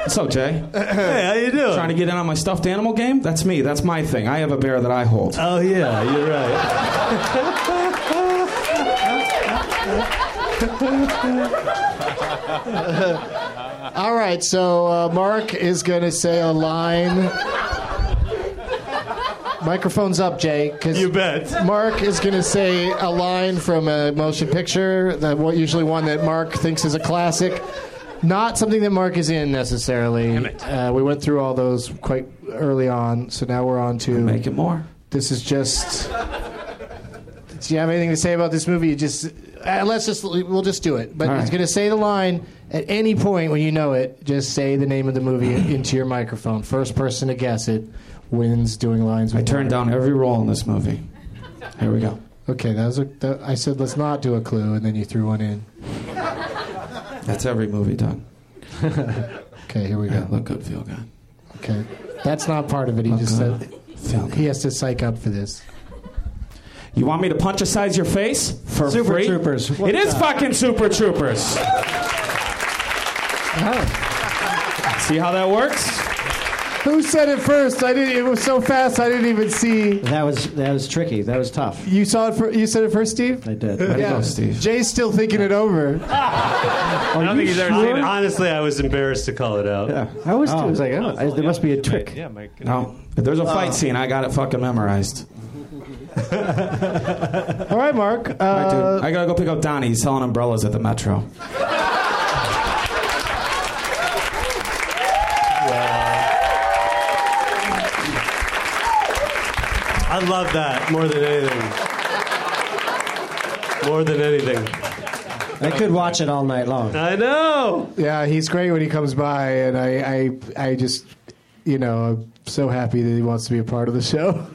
I: What's up, Jay?
E: Hey, how you doing?
I: Trying to get in on my stuffed animal game? That's me. That's my thing. I have a bear that I hold.
E: oh yeah, you're right.
C: All right. So uh, Mark is going to say a line. Microphone's up, Jay. 'cause-
E: You bet.
C: Mark is going to say a line from a motion picture, that what usually one that Mark thinks is a classic, not something that Mark is in necessarily. Uh, we went through all those quite early on, so now we're on to
I: Make it more.
C: this is just. Do you have anything to say about this movie? You just uh, let's just we'll just do it. But
I: All
C: he's
I: right.
C: going to say the line at any point when you know it. Just say the name of the movie into your microphone. First person to guess it wins doing lines.
I: I
C: with
I: turned
C: Mark.
I: down every role in this movie. Here we go.
C: Okay, that was a, that, I said let's not do a clue, and then you threw one in.
I: That's every movie done.
C: Okay, here we
I: Yeah,
C: go.
I: look good, feel good.
C: Okay, that's not part of it.
I: Oh,
C: He just
I: good.
C: said
I: Feel good.
C: he has to psych up for this.
I: You want me to punch a size your face for
D: Super
I: free?
D: Troopers.
I: it
D: What's
I: is
D: up?
I: fucking Super Troopers. Uh-huh. See how that works?
C: Who said it first? I didn't. It was so fast. I didn't even see.
D: That was that was tricky. That was tough.
C: You saw it. For, you said it first, Steve.
D: I did. Way to
I: go, Steve.
C: Jay's still thinking it over.
E: I don't think he's ever seen it. Honestly, I was embarrassed to call it out.
D: I was, I was like,
G: No,
D: oh,
G: it's
D: I-
G: all-
D: there
G: yeah,
D: must be a
G: you
D: trick.
G: might- yeah, Mike.
I: No. If there's a fight
E: Oh.
I: scene, I got it fucking memorized.
C: All right, Mark.
I: All right,
C: Uh,
I: dude. I gotta go pick up Donnie. He's selling umbrellas at the Metro.
E: I love that more than anything. More than anything.
D: I could watch it all night long.
E: I know.
C: yeah, he's great when he comes by, and I, I, I just, you know, I'm so happy that he wants to be a part of the show.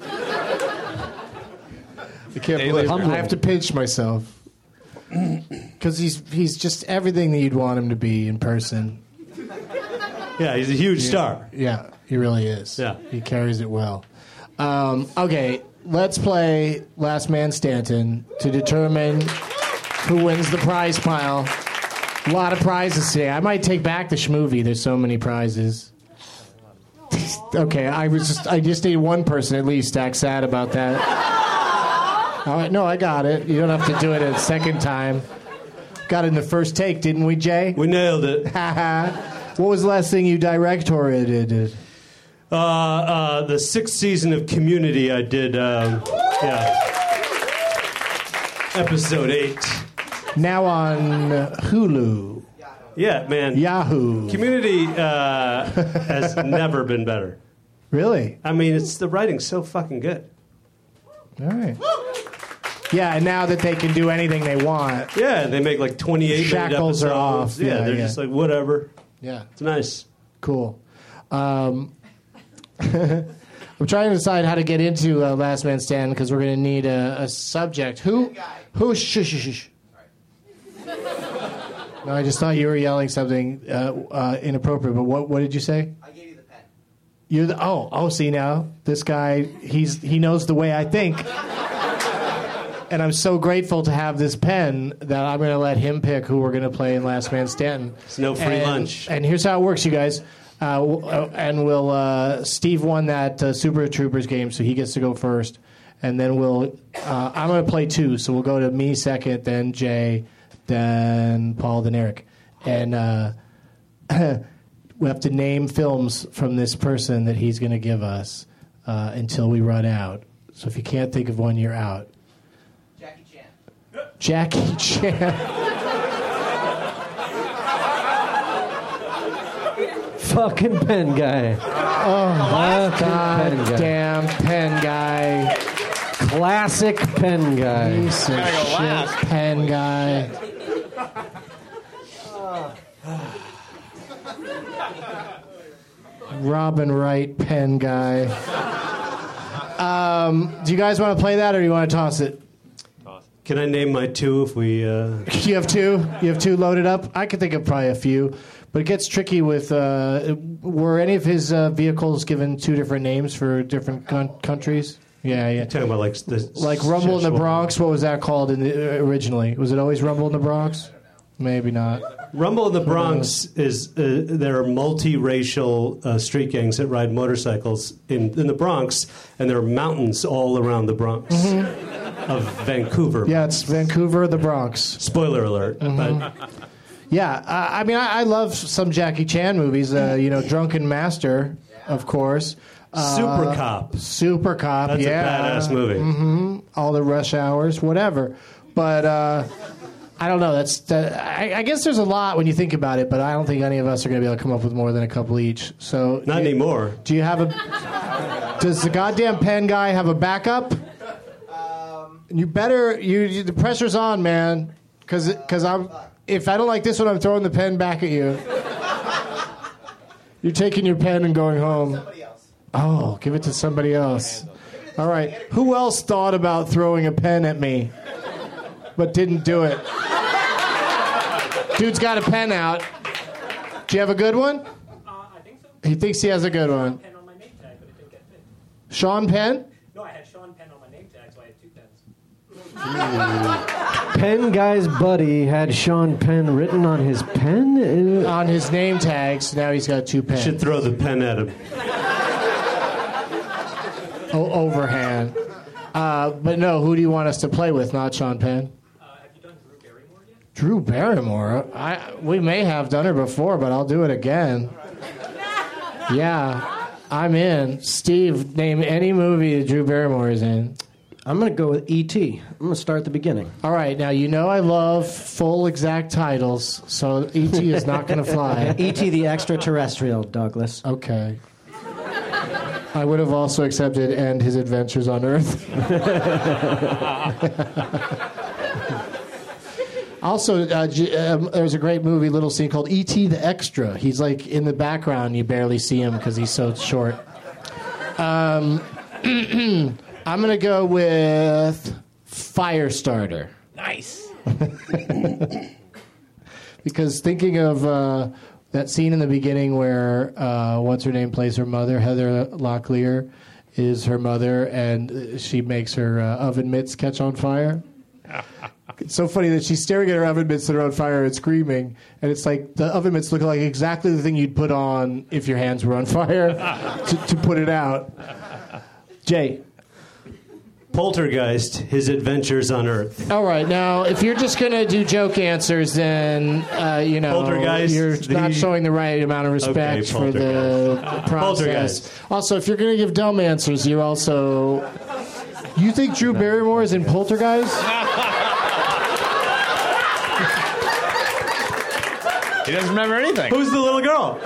C: I can't believe I have to pinch myself because he's he's just everything that you'd want him to be in person.
E: Yeah, he's a huge star.
C: Yeah, he really is.
E: Yeah.
C: he carries it well. Um, okay, let's play Last Man Stanton to determine who wins the prize pile. A lot of prizes today. I might take back the schmovie. There's so many prizes. okay, I was just I just need one person at least to act sad about that. All right, no, I got it. You don't have to do it a second time. Got it in the first take, didn't we, Jay?
E: We nailed it.
C: what was the last thing you directorated?
E: Uh, uh, the sixth season of Community, I did. Um, yeah. Episode eight.
C: Now on Hulu,
E: Yeah, man.
C: Yahoo.
E: Community uh, has never been better.
C: Really?
E: I mean, it's the writing's so fucking good.
C: All right. Yeah, and now that they can do anything they want.
E: Yeah, they make like 28 minute
C: Shackles are
E: episodes.
C: off.
E: Yeah,
C: Yeah,
E: they're
C: yeah.
E: just like whatever.
C: Yeah.
E: It's nice.
C: Cool. Um, I'm trying to decide how to get into uh, Last Man Stand because we're going to need a, a subject. Who? Who? Shh, shh, shh, shh. No, I just thought you were yelling something uh, uh, inappropriate. But what? What did you say? I gave you the pen. You're the oh oh. See now, this guy he's he knows the way I think. And I'm so grateful to have this pen that I'm going to let him pick who we're going to play in Last Man Stanton. It's
E: no free
C: and,
E: lunch.
C: And here's how it works, you guys. Uh, w- uh, and we'll uh, Steve won that uh, Super Troopers game, so he gets to go first. And then we'll uh, I'm going to play two, so we'll go to me second, then Jay, then Paul, then Eric, and uh, we have to name films from this person that he's going to give us uh, until we run out. So if you can't think of one, you're out. Jackie Chan.
D: Fucking pen guy. Oh, fucking pen guy.
C: Goddamn pen guy.
D: Classic pen guy.
C: Piece of shit pen guy. Robin Wright pen guy. Um, do you guys want to play that or do you want to toss it? Toss.
E: Can I name my two if we? Uh...
C: You have two. You have two loaded up. I could think of probably a few, but it gets tricky with. Uh, were any of his uh, vehicles given two different names for different con- countries? Yeah, yeah.
E: Talking about like the
C: Like Rumble in the
E: Szechuan-
C: Bronx. What was that called in the, uh, originally? Was it always Rumble in the Bronx? Maybe not.
E: Rumble in
C: Uh-huh.
E: the Bronx is uh, there are multiracial uh, street gangs that ride motorcycles in, in the Bronx, and there are mountains all around the Bronx of Vancouver.
C: Mm-hmm. Yeah, Mm-hmm. it's Vancouver, the Bronx.
E: Spoiler alert, but
C: Yeah, uh, I mean, I, I love some Jackie Chan movies. Uh, you know, Drunken Master, of course. Uh,
E: Super Cop.
C: Super Cop.
E: That's
C: yeah,
E: a badass
C: Mm-hmm.
E: movie.
C: all the rush hours, whatever. But uh, I don't know. That's that, I, I guess there's a lot when you think about it. But I don't think any of us are going to be able to come up with more than a couple each. So
E: Not
C: do you-
E: anymore.
C: Do you have a? Does the goddamn pen guy have a backup? You better. You, you the pressure's on, man. Because because I'm. If I don't like this one, I'm throwing the pen back at you. You're taking your pen and going home. Oh, give it to somebody else. All right. Who else thought about throwing a pen at me, but didn't do it? Dude's got a pen out. Do you have a good one?
J: Uh, I think so.
C: He thinks he has a good one.
J: Pen on my name tag, but it didn't get fit.
C: Sean Penn?
J: No, I had Sean Penn on my name tag, so I had two pens.
F: Penn guy's buddy had Sean Penn written on his pen. Ew.
C: on his name tags. Now he's got two pens.
E: Should throw the pen at him.
C: O- overhand. Uh, but no, who do you want us to play with? Not Sean Penn.
J: Uh, have you done Drew Barrymore yet?
C: Drew Barrymore. I we may have done her before, but I'll do it again. Yeah, I'm in. Steve, name any movie that Drew Barrymore is in.
D: I'm going to go with E.T. I'm going to start at the beginning.
C: All right, now you know I love full exact titles, so ET is not going to fly.
D: E.T. E the extraterrestrial, Douglas.
C: Okay. I would have also accepted and his adventures on Earth. also, uh, J- um, there's a great movie, little scene called E.T. the Extra. He's like in the background, you barely see him because he's so short. Um, I'm going to go with Firestarter
J: Nice.
C: because thinking of uh, that scene in the beginning where uh, what's her name plays her mother, Heather Locklear is her mother, and uh, she makes her uh, oven mitts catch on fire. It's so funny that she's staring at her oven mitts that are on fire and screaming, and it's like the oven mitts look like exactly the thing you'd put on if your hands were on fire to, to put it out. Jay.
E: Poltergeist: His Adventures on Earth.
C: All right, now if you're just gonna do joke answers, then uh, you know
E: Poltergeist,
C: you're
E: the-
C: not showing the right amount of respect
E: Okay,
C: for the process.
E: Poltergeist.
C: Also, if you're gonna give dumb answers, you also you think Drew Barrymore is in Poltergeist?
G: He doesn't remember anything.
E: Who's the little girl?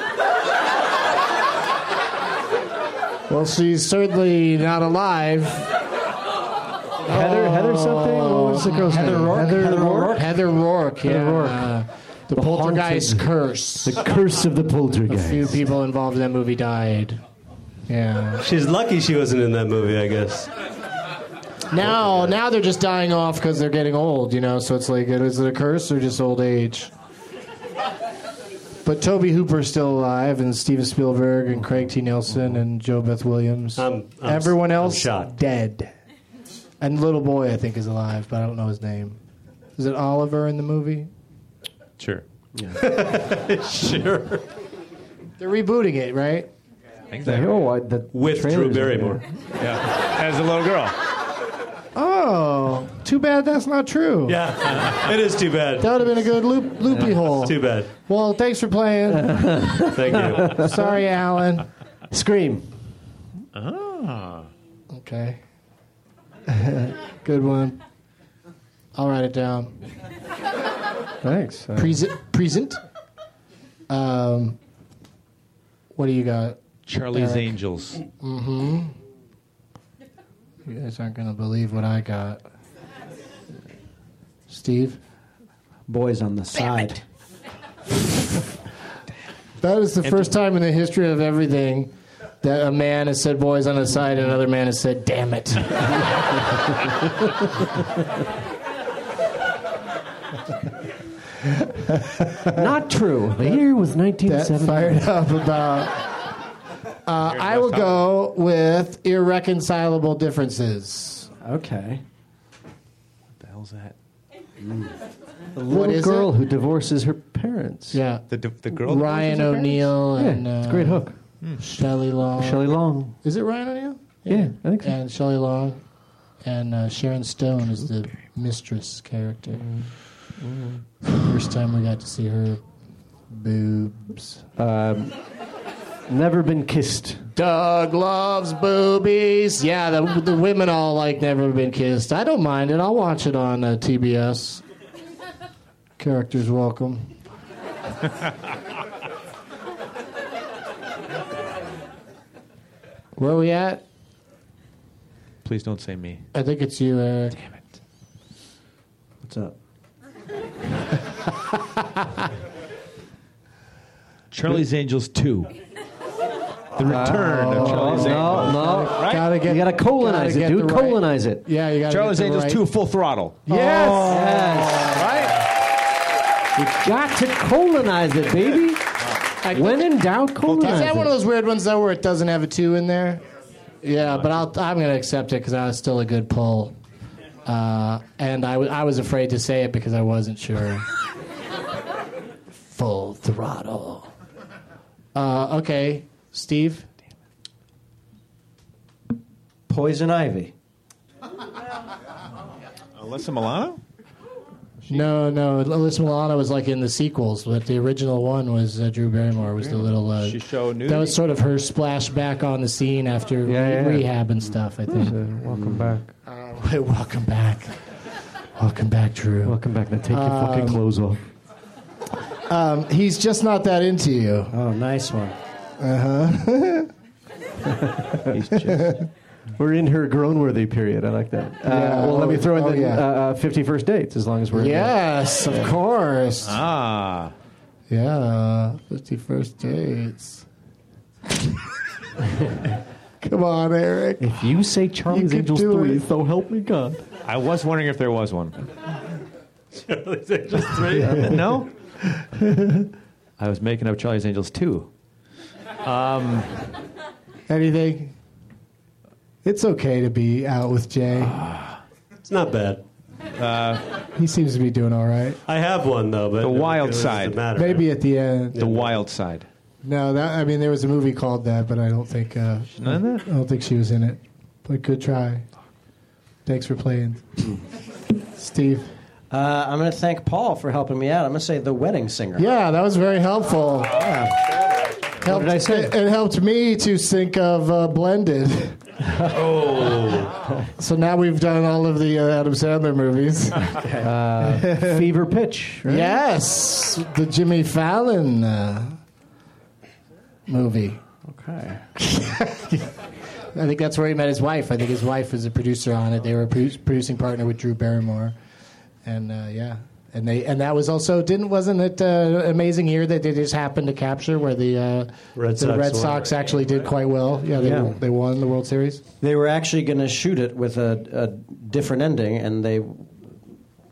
C: Well, she's certainly not alive.
F: Heather, Heather something? What was the girl's
C: Oh. Heather
F: name?
C: Rourke?
F: Heather Rourke?
C: Heather Rourke. Yeah.
F: Rourke.
C: The, Poltergeist
F: haunted-
C: curse.
F: The curse of the
C: A few
F: poltergeist.
C: people involved in that movie died. Yeah.
E: She's lucky she wasn't in that movie, I guess.
C: Now, now they're just dying off because they're getting old, you know. So it's like, is it a curse or just old age? But Toby Hooper's still alive, and Steven Spielberg, and Craig T. Nelson, and Joe Beth Williams.
E: I'm- I'm-
C: Everyone
E: I'm
C: else
E: shocked.
C: dead. And little boy, I think, is alive, but I don't know his name. Is it Oliver in the movie?
G: Sure.
E: Sure.
C: They're rebooting it, right?
F: Oh, I- the
E: With
F: trailer's
E: Drew
F: in there.
E: Barrymore.
G: Yeah. As a little girl.
C: Oh, too bad that's not true.
E: Yeah. It is too bad.
C: That would have been a good loop, loopy hole.
E: Too bad.
C: Well, thanks for playing.
E: Thank you.
C: Sorry, Alan.
F: Scream.
G: Ah.
C: Okay. Good one. I'll write it down.
F: Thanks. Uh,
C: Present. Present. Um, what do you got?
G: Charlie's
C: Eric.
G: Angels.
C: You guys aren't gonna believe what I got. Steve.
D: Boys on the side.
C: That is the first time in the history of everything that a man has said "boys" on the side, and another man has said "damn it."
F: Not true. The year was
C: that
F: 1970.
C: fired up about. Uh, I will go with irreconcilable differences.
F: Okay.
G: the hell's that?
F: The
C: Mm. What
F: little
C: is
F: girl
C: it?
F: who divorces her parents.
C: Yeah,
G: The, d- the girl.
C: Ryan O'Neill
F: Yeah,
C: and uh,
F: it's a great hook.
C: Shelley Long.
F: Shelley Long.
C: Is it Ryan O'Neill?
F: Yeah, I think so.
C: And Shelley Long and uh, Sharon Stone is the mistress character.
F: Mm-hmm.
C: First time we got to see her boobs.
F: Never been kissed.
C: Doug loves boobies. Yeah, the, the women all like never been kissed. I don't mind it. I'll watch it on uh, TBS. Characters welcome. Where are we at?
G: Please don't say me.
C: I think it's you, Eric.
G: Damn it.
F: What's up?
G: Charlie's Angels two. The return of Charlie's Angels.
F: Oh, No, no.
G: Right?
C: Gotta get,
F: You gotta colonize
C: gotta
F: it,
C: get
F: dude.
C: the right-
F: Colonize it.
C: Yeah, you gotta
G: Charlie's
C: get the
G: Angels
C: right.
G: two
C: Oh.
G: full throttle.
F: Yes.
G: Oh. Right.
F: Yes. You got to colonize it, baby. when in doubt, colonize
C: Is that
F: it.
C: one of those weird ones though, where it doesn't have a two in there? Yeah, but I'll, I'm going to accept it because that was still a good pull, uh, and I, w- I was afraid to say it because I wasn't sure. Full throttle. Uh, okay, Steve.
F: Poison Ivy.
G: Alyssa Milano.
C: No, no. Alyssa Milano was like in the sequels, but the original one was uh, Drew Barrymore. Was the little uh,
G: She showed nudity?
C: That was sort of her splash back on the scene after
F: Yeah, yeah, yeah.
C: rehab and stuff. I think.
F: Uh, Welcome back.
C: Hey, welcome back. Welcome back, Drew.
F: Welcome back. Now take your
C: Um,
F: fucking clothes off.
C: He's just not that into you.
F: Oh, nice one. Uh huh. We're in her grown-worthy period. I like that. Uh,
C: Yeah.
F: Well, let me throw in
C: Oh,
F: the
C: yeah.
F: uh, uh, 50 first dates, as long as we're in there.
C: Yes, of course.
G: Ah.
C: Yeah, 51st dates. Come on, Eric.
F: If you say Charlie's
C: You could
F: Angels
C: do
F: 3,
C: it.
F: so help me God.
G: I was wondering if there was one.
E: Charlie's Angels three.
G: no? I was making up Charlie's Angels 2.
C: Anything? It's okay to be out with Jay.
E: It's not bad.
C: He seems to be doing all right.
E: I have one though, but
G: The
E: it
G: wild
E: doesn't
G: side.
E: matter.
C: Maybe at the end.
G: The Wild Side.
C: No, that I mean there was a movie called that, but I don't think uh,
G: None of
C: I
G: that?
C: don't think she was in it. But good try. Thanks for playing, Steve.
D: Uh, I'm going to thank Paul for helping me out. I'm going to say The Wedding Singer.
C: Yeah, that was very helpful. Helped,
F: did I say?
C: It, it helped me to think of uh, blended.
E: Oh,
C: So now we've done all of the uh, Adam Sandler movies.
F: Fever Pitch. Right?
C: yes, the Jimmy Fallon uh, movie.
F: Okay.
C: I think that's where he met his wife. I think his wife was a producer on it. They were a produ- producing partner with Drew Barrymore, and uh, yeah, and they and that was also didn't wasn't it uh, amazing year that they just happened to capture where the uh,
E: Red
C: the
E: Sox
C: Red
E: won.
C: Sox actually did quite well. Yeah, they
F: Yeah.
C: they won the World Series.
D: They were actually going to shoot it with a, a different ending, and they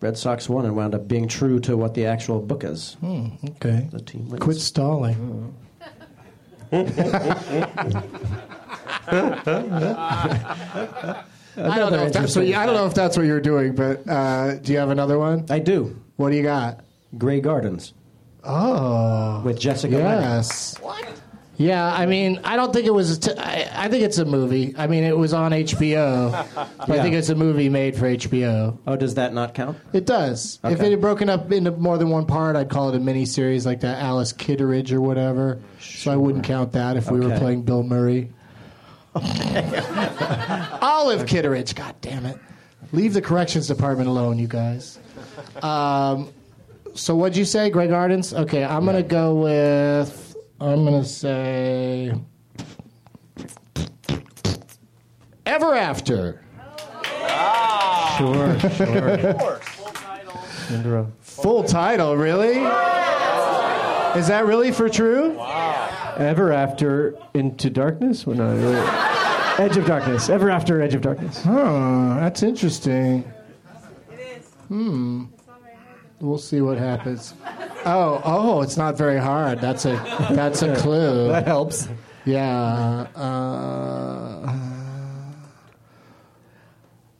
D: Red Sox won and wound up being true to what the actual book is.
C: Hmm. Okay,
D: The team wins.
C: quit stalling. I don't know if that's what you, I don't know if that's what you're doing, but uh, do you have another one?
D: I do.
C: What do you got?
D: Grey Gardens
C: Oh,
D: with Jessica. Lange.
C: Yes. What? Yeah, I mean, I don't think it was. T- I, I think it's a movie. I mean, it was on HBO. but I think it's a movie made for HBO.
D: Oh, does that not count?
C: It does. If
D: Okay.
C: it had broken up into more than one part, I'd call it a mini series like that Alice Kitteridge or whatever. So I wouldn't count that if we were
D: Okay.
C: playing Bill Murray. Olive Kitteridge, god damn it. Leave the corrections department alone, you guys. Um, so what'd you say, Greg Gardens? Okay, I'm gonna go with I'm gonna say Ever After.
F: Sure, sure.
C: Full title, really? Is that really for true?
F: Ever After Into Darkness? Well, no, wait. Edge of Darkness. Ever After Edge of Darkness.
C: Oh, that's interesting. Hmm. We'll see what happens. Oh, oh, it's not very hard. That's a that's a clue.
F: That helps.
C: Yeah. Uh,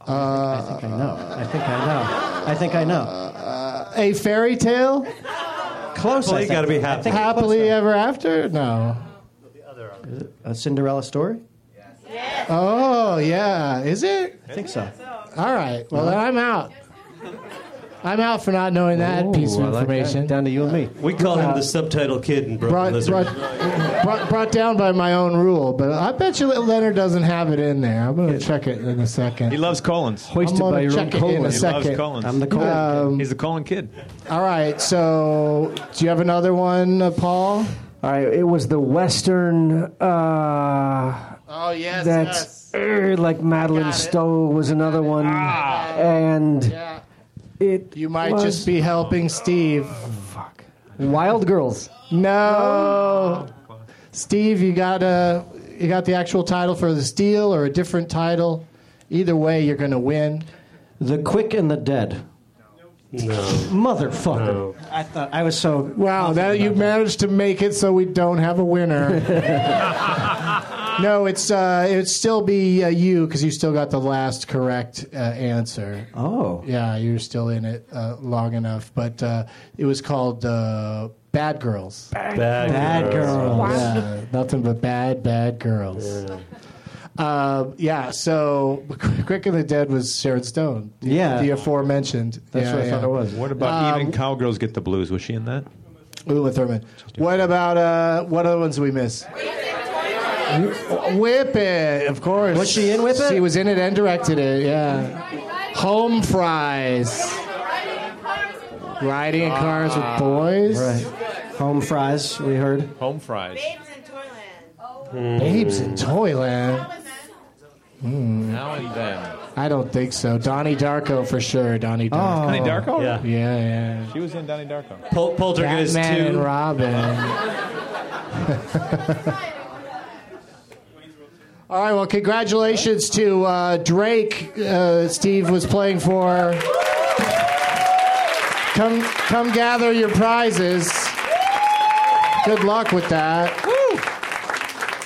F: I think I know. I think I know. I think I know.
C: uh, a fairy tale,
F: Close.
E: Well,
F: I
E: you
F: think.
E: gotta be
F: I
E: happy.
F: think it's close,
C: happily
F: though.
C: ever after. No.
F: A Cinderella story?
C: Oh yeah, is it?
F: I think so.
C: All right. Well, then I'm out. I'm out for not knowing that piece
F: Ooh,
C: of
F: I like that.
C: information.
F: Down to you and me.
E: We call him the subtitle kid in Brooklyn
C: Brought,
E: Lizard.
C: brought, brought, brought down by my own rule, but I bet you Leonard doesn't have it in there. I'm going to check it in a
G: He
C: second.
G: loves Collins.
C: I'm
F: Hoisted by
C: going
F: your
C: to
F: own
C: check it in
F: colon.
C: a
G: He loves
C: second.
G: Collins. Um,
F: I'm the Um, cold.
G: He's the Colin kid.
C: All right, so do you have another one, uh, Paul?
F: All right. It was the Western. Uh,
C: Oh, yes.
F: that's er, like Madeline
C: Got Ah. it.
F: Stowe was another one, and it
C: You might
F: was
C: just be helping Steve.
F: Wild Girls.
C: No. Steve, you got a you got the actual title for the steal or a different title. Either way, you're going to win.
D: The Quick and the Dead.
F: Motherfucker. I thought I was so.
C: Oh. Wow, now you managed to make it so we don't have a winner. no, it's uh, it would still be uh, you because you still got the last correct uh, answer.
F: Oh.
C: Yeah, you were still in it uh, long enough, but uh, it was called uh, Bad Girls.
E: Bad,
F: Bad girl.
C: Yeah, nothing but bad, bad girls. Yeah, uh, yeah so Quick and the Dead was Sharon Stone. the-
F: Yeah.
C: The aforementioned.
F: That's
C: yeah,
F: what I
C: yeah.
F: thought it was.
G: What about
F: um,
G: even cowgirls get the blues? Was she in that?
C: Uma Thurman. What about uh, what other ones did we miss? Whip It, of course.
F: Was she in Whip It?
C: She was in it and directed it, yeah. Home Fries. Riding in cars with boys.
F: Ah, Right. Home fries. We heard.
G: Home fries.
C: Babes in Toyland.
G: Now and then.
C: I don't think so. Donnie Darko for sure. Donnie
F: Oh.
C: Darko.
G: Donnie Darko?
E: Yeah.
C: Yeah, yeah.
G: She was in Donnie Darko.
E: Pol- Poltergeist
C: Batman and
E: 2.
C: Robin. All right, well, congratulations to uh, Drake. Uh, Steve was playing for. Come, come gather your prizes. Good luck with that.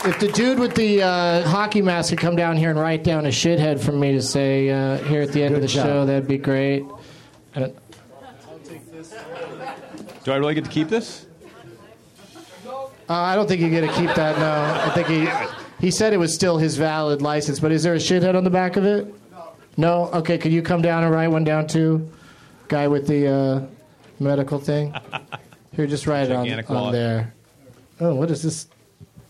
C: If the dude with the uh, hockey mask could come down here and write down a shithead for me to say uh, here at the end of the show, that'd be great. Uh,
G: Do I really get to keep this?
C: Uh, I don't think you're going to keep that. No, I think he he said it was still his valid license. But is there a shithead on the back of it? No. Okay. Could you come down and write one down too? Guy with the uh, medical thing. Here, just write it on,
G: Gigantic
C: on
G: wallet.
C: there. Oh, what is this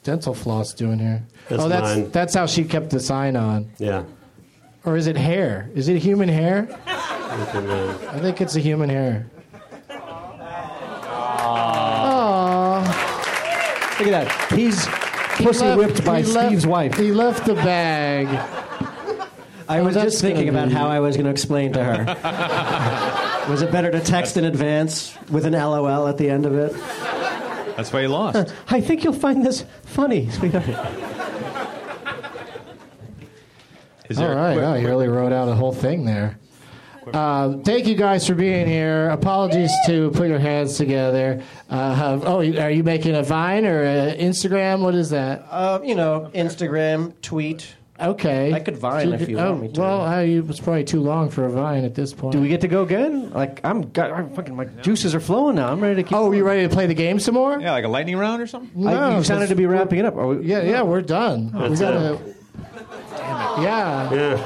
C: dental floss doing here?
E: That's
C: oh, that's
E: mine.
C: that's how she kept the sign on.
E: Yeah.
C: Or is it hair? Is it human hair?
E: uh,
C: I think it's a human hair.
F: Look at that. He's pussy
C: He left-
F: whipped by
C: he left-
F: Steve's wife.
C: He left the bag.
F: I was
C: Oh, that's
F: just thinking
C: gonna
F: about
C: be-
F: how I was going to explain to her. was it better to text in advance with an LOL at the end of it?
G: That's why you lost.
F: I think you'll find this funny, sweetheart.
G: Is
C: All
G: there-
C: right. Wow, you really wrote out a whole thing there. Uh, thank you guys for being here. Apologies to put your hands together. Uh, have- oh, you- are you making a Vine or a Instagram? What is that?
F: Uh, you know, Instagram, tweet.
C: Okay.
F: I could Vine if you
C: oh,
F: want me to.
C: Well, I, it's probably too long for a Vine at this point.
F: Do we get to go again? Like I'm, got, I'm fucking my juices are flowing now. I'm ready to keep.
C: oh, you ready to play the game some more?
G: Yeah, like a lightning round or something?
C: No,
F: I, you sounded
C: that's-
F: to be wrapping it up. Are we,
C: Yeah, yeah, we're done. we
E: That's
C: gotta. Yeah.
E: Yeah.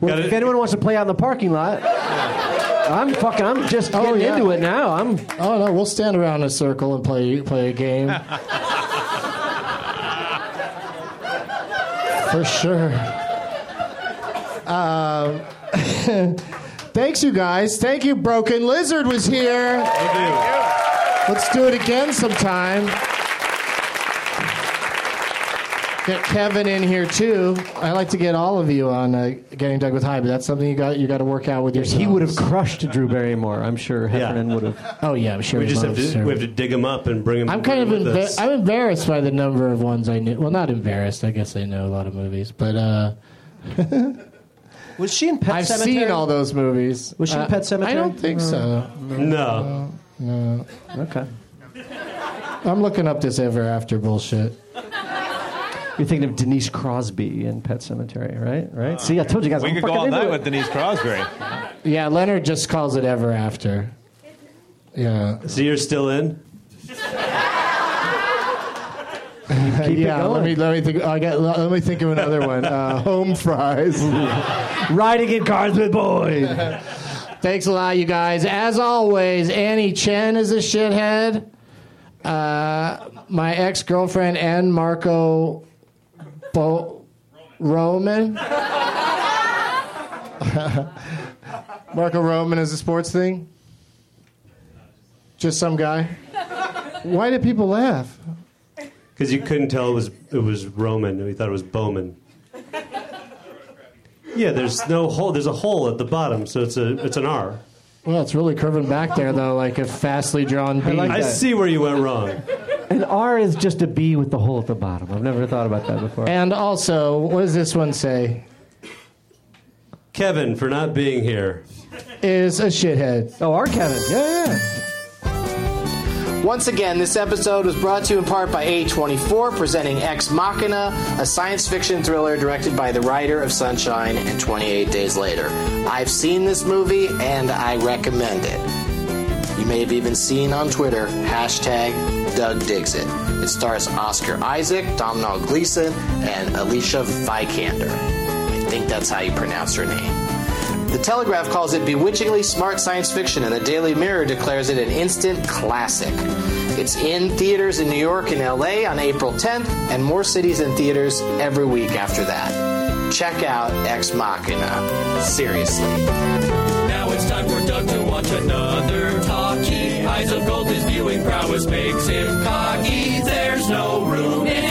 F: well,
E: Gotta-
F: if anyone wants to play out in the parking lot, I'm fucking. I'm just
C: Oh,
F: getting
C: yeah.
F: into it now. I'm.
C: Oh no, we'll stand around in a circle and play play a game. For sure. Um, thanks, you guys. Thank you. Broken Lizard was here. Let's do it again sometime. Get Kevin in here too. I like to get all of you on uh, getting dug with high, but that's something you got you got to work out with yourself.
F: He would have crushed Drew Barrymore. I'm sure Heffernan would have.
C: Oh yeah, I'm sure.
E: We
C: he
E: just have
C: loves
E: to,
C: her.
E: we have to dig him up and bring him
C: I'm kind of
E: with
C: embar-
E: us.
C: I'm embarrassed by the number of ones I knew. Well, not embarrassed. I guess I know a lot of movies, but uh,
F: Was she in Pet
C: I've
F: Cemetery?
C: seen all those movies.
F: Was she in Mm.
C: Uh,
F: Pet Sematary?
C: I don't think so.
E: No.
C: No.
F: Okay.
C: I'm looking up this ever after bullshit.
F: You're thinking of Denise Crosby in Pet Cemetery, right? Right. See, I told you guys.
G: Uh, We
F: I'm
G: could go
F: fucking
G: all
F: into
G: night
F: it.
G: with Denise Crosby.
C: Yeah, Leonard just calls it ever after. Yeah.
E: So you're still in?
F: Keep it
C: yeah, let
F: going.
C: me let me think. I got let me think of another one. Uh, home fries.
F: Riding in cars with boys.
C: Thanks a lot, you guys. As always, Annie Chen is a shithead. Uh, my ex girlfriend and Marco Bo- Roman. Marco Roman is a sports thing. Just some guy. Why do people laugh?
E: Because you couldn't tell it was it was Roman, and we thought it was Bowman. Yeah, there's no hole. There's a hole at the bottom, so it's a it's an R.
C: Well, it's really curving back there though, like a fastly drawn bead.
E: I see where you went wrong.
F: An R is just a B with the hole at the bottom. I've never thought about that before.
C: and also, what does this one say?
E: Kevin for not being here.
C: Is a shithead.
F: oh, R Kevin. Yeah, yeah.
C: Once again, this episode was brought to you in part by A24, presenting Ex Machina, a science fiction thriller directed by the writer of Sunshine and 28 Days Later. I've seen this movie and I recommend it. You may have even seen on Twitter hashtag Doug Digs It. It stars Oscar Isaac, Domhnall Gleeson, and Alicia Vikander. I think that's how you pronounce her name. The Telegraph calls it bewitchingly smart science fiction, and the Daily Mirror declares it an instant classic. It's in theaters in New York and LA on April 10th, and more cities and theaters every week after that. Check out Ex Machina. Seriously.
B: Now it's time for Doug to watch another talkie. Eyes of gold, his viewing prowess makes him cocky. There's no room in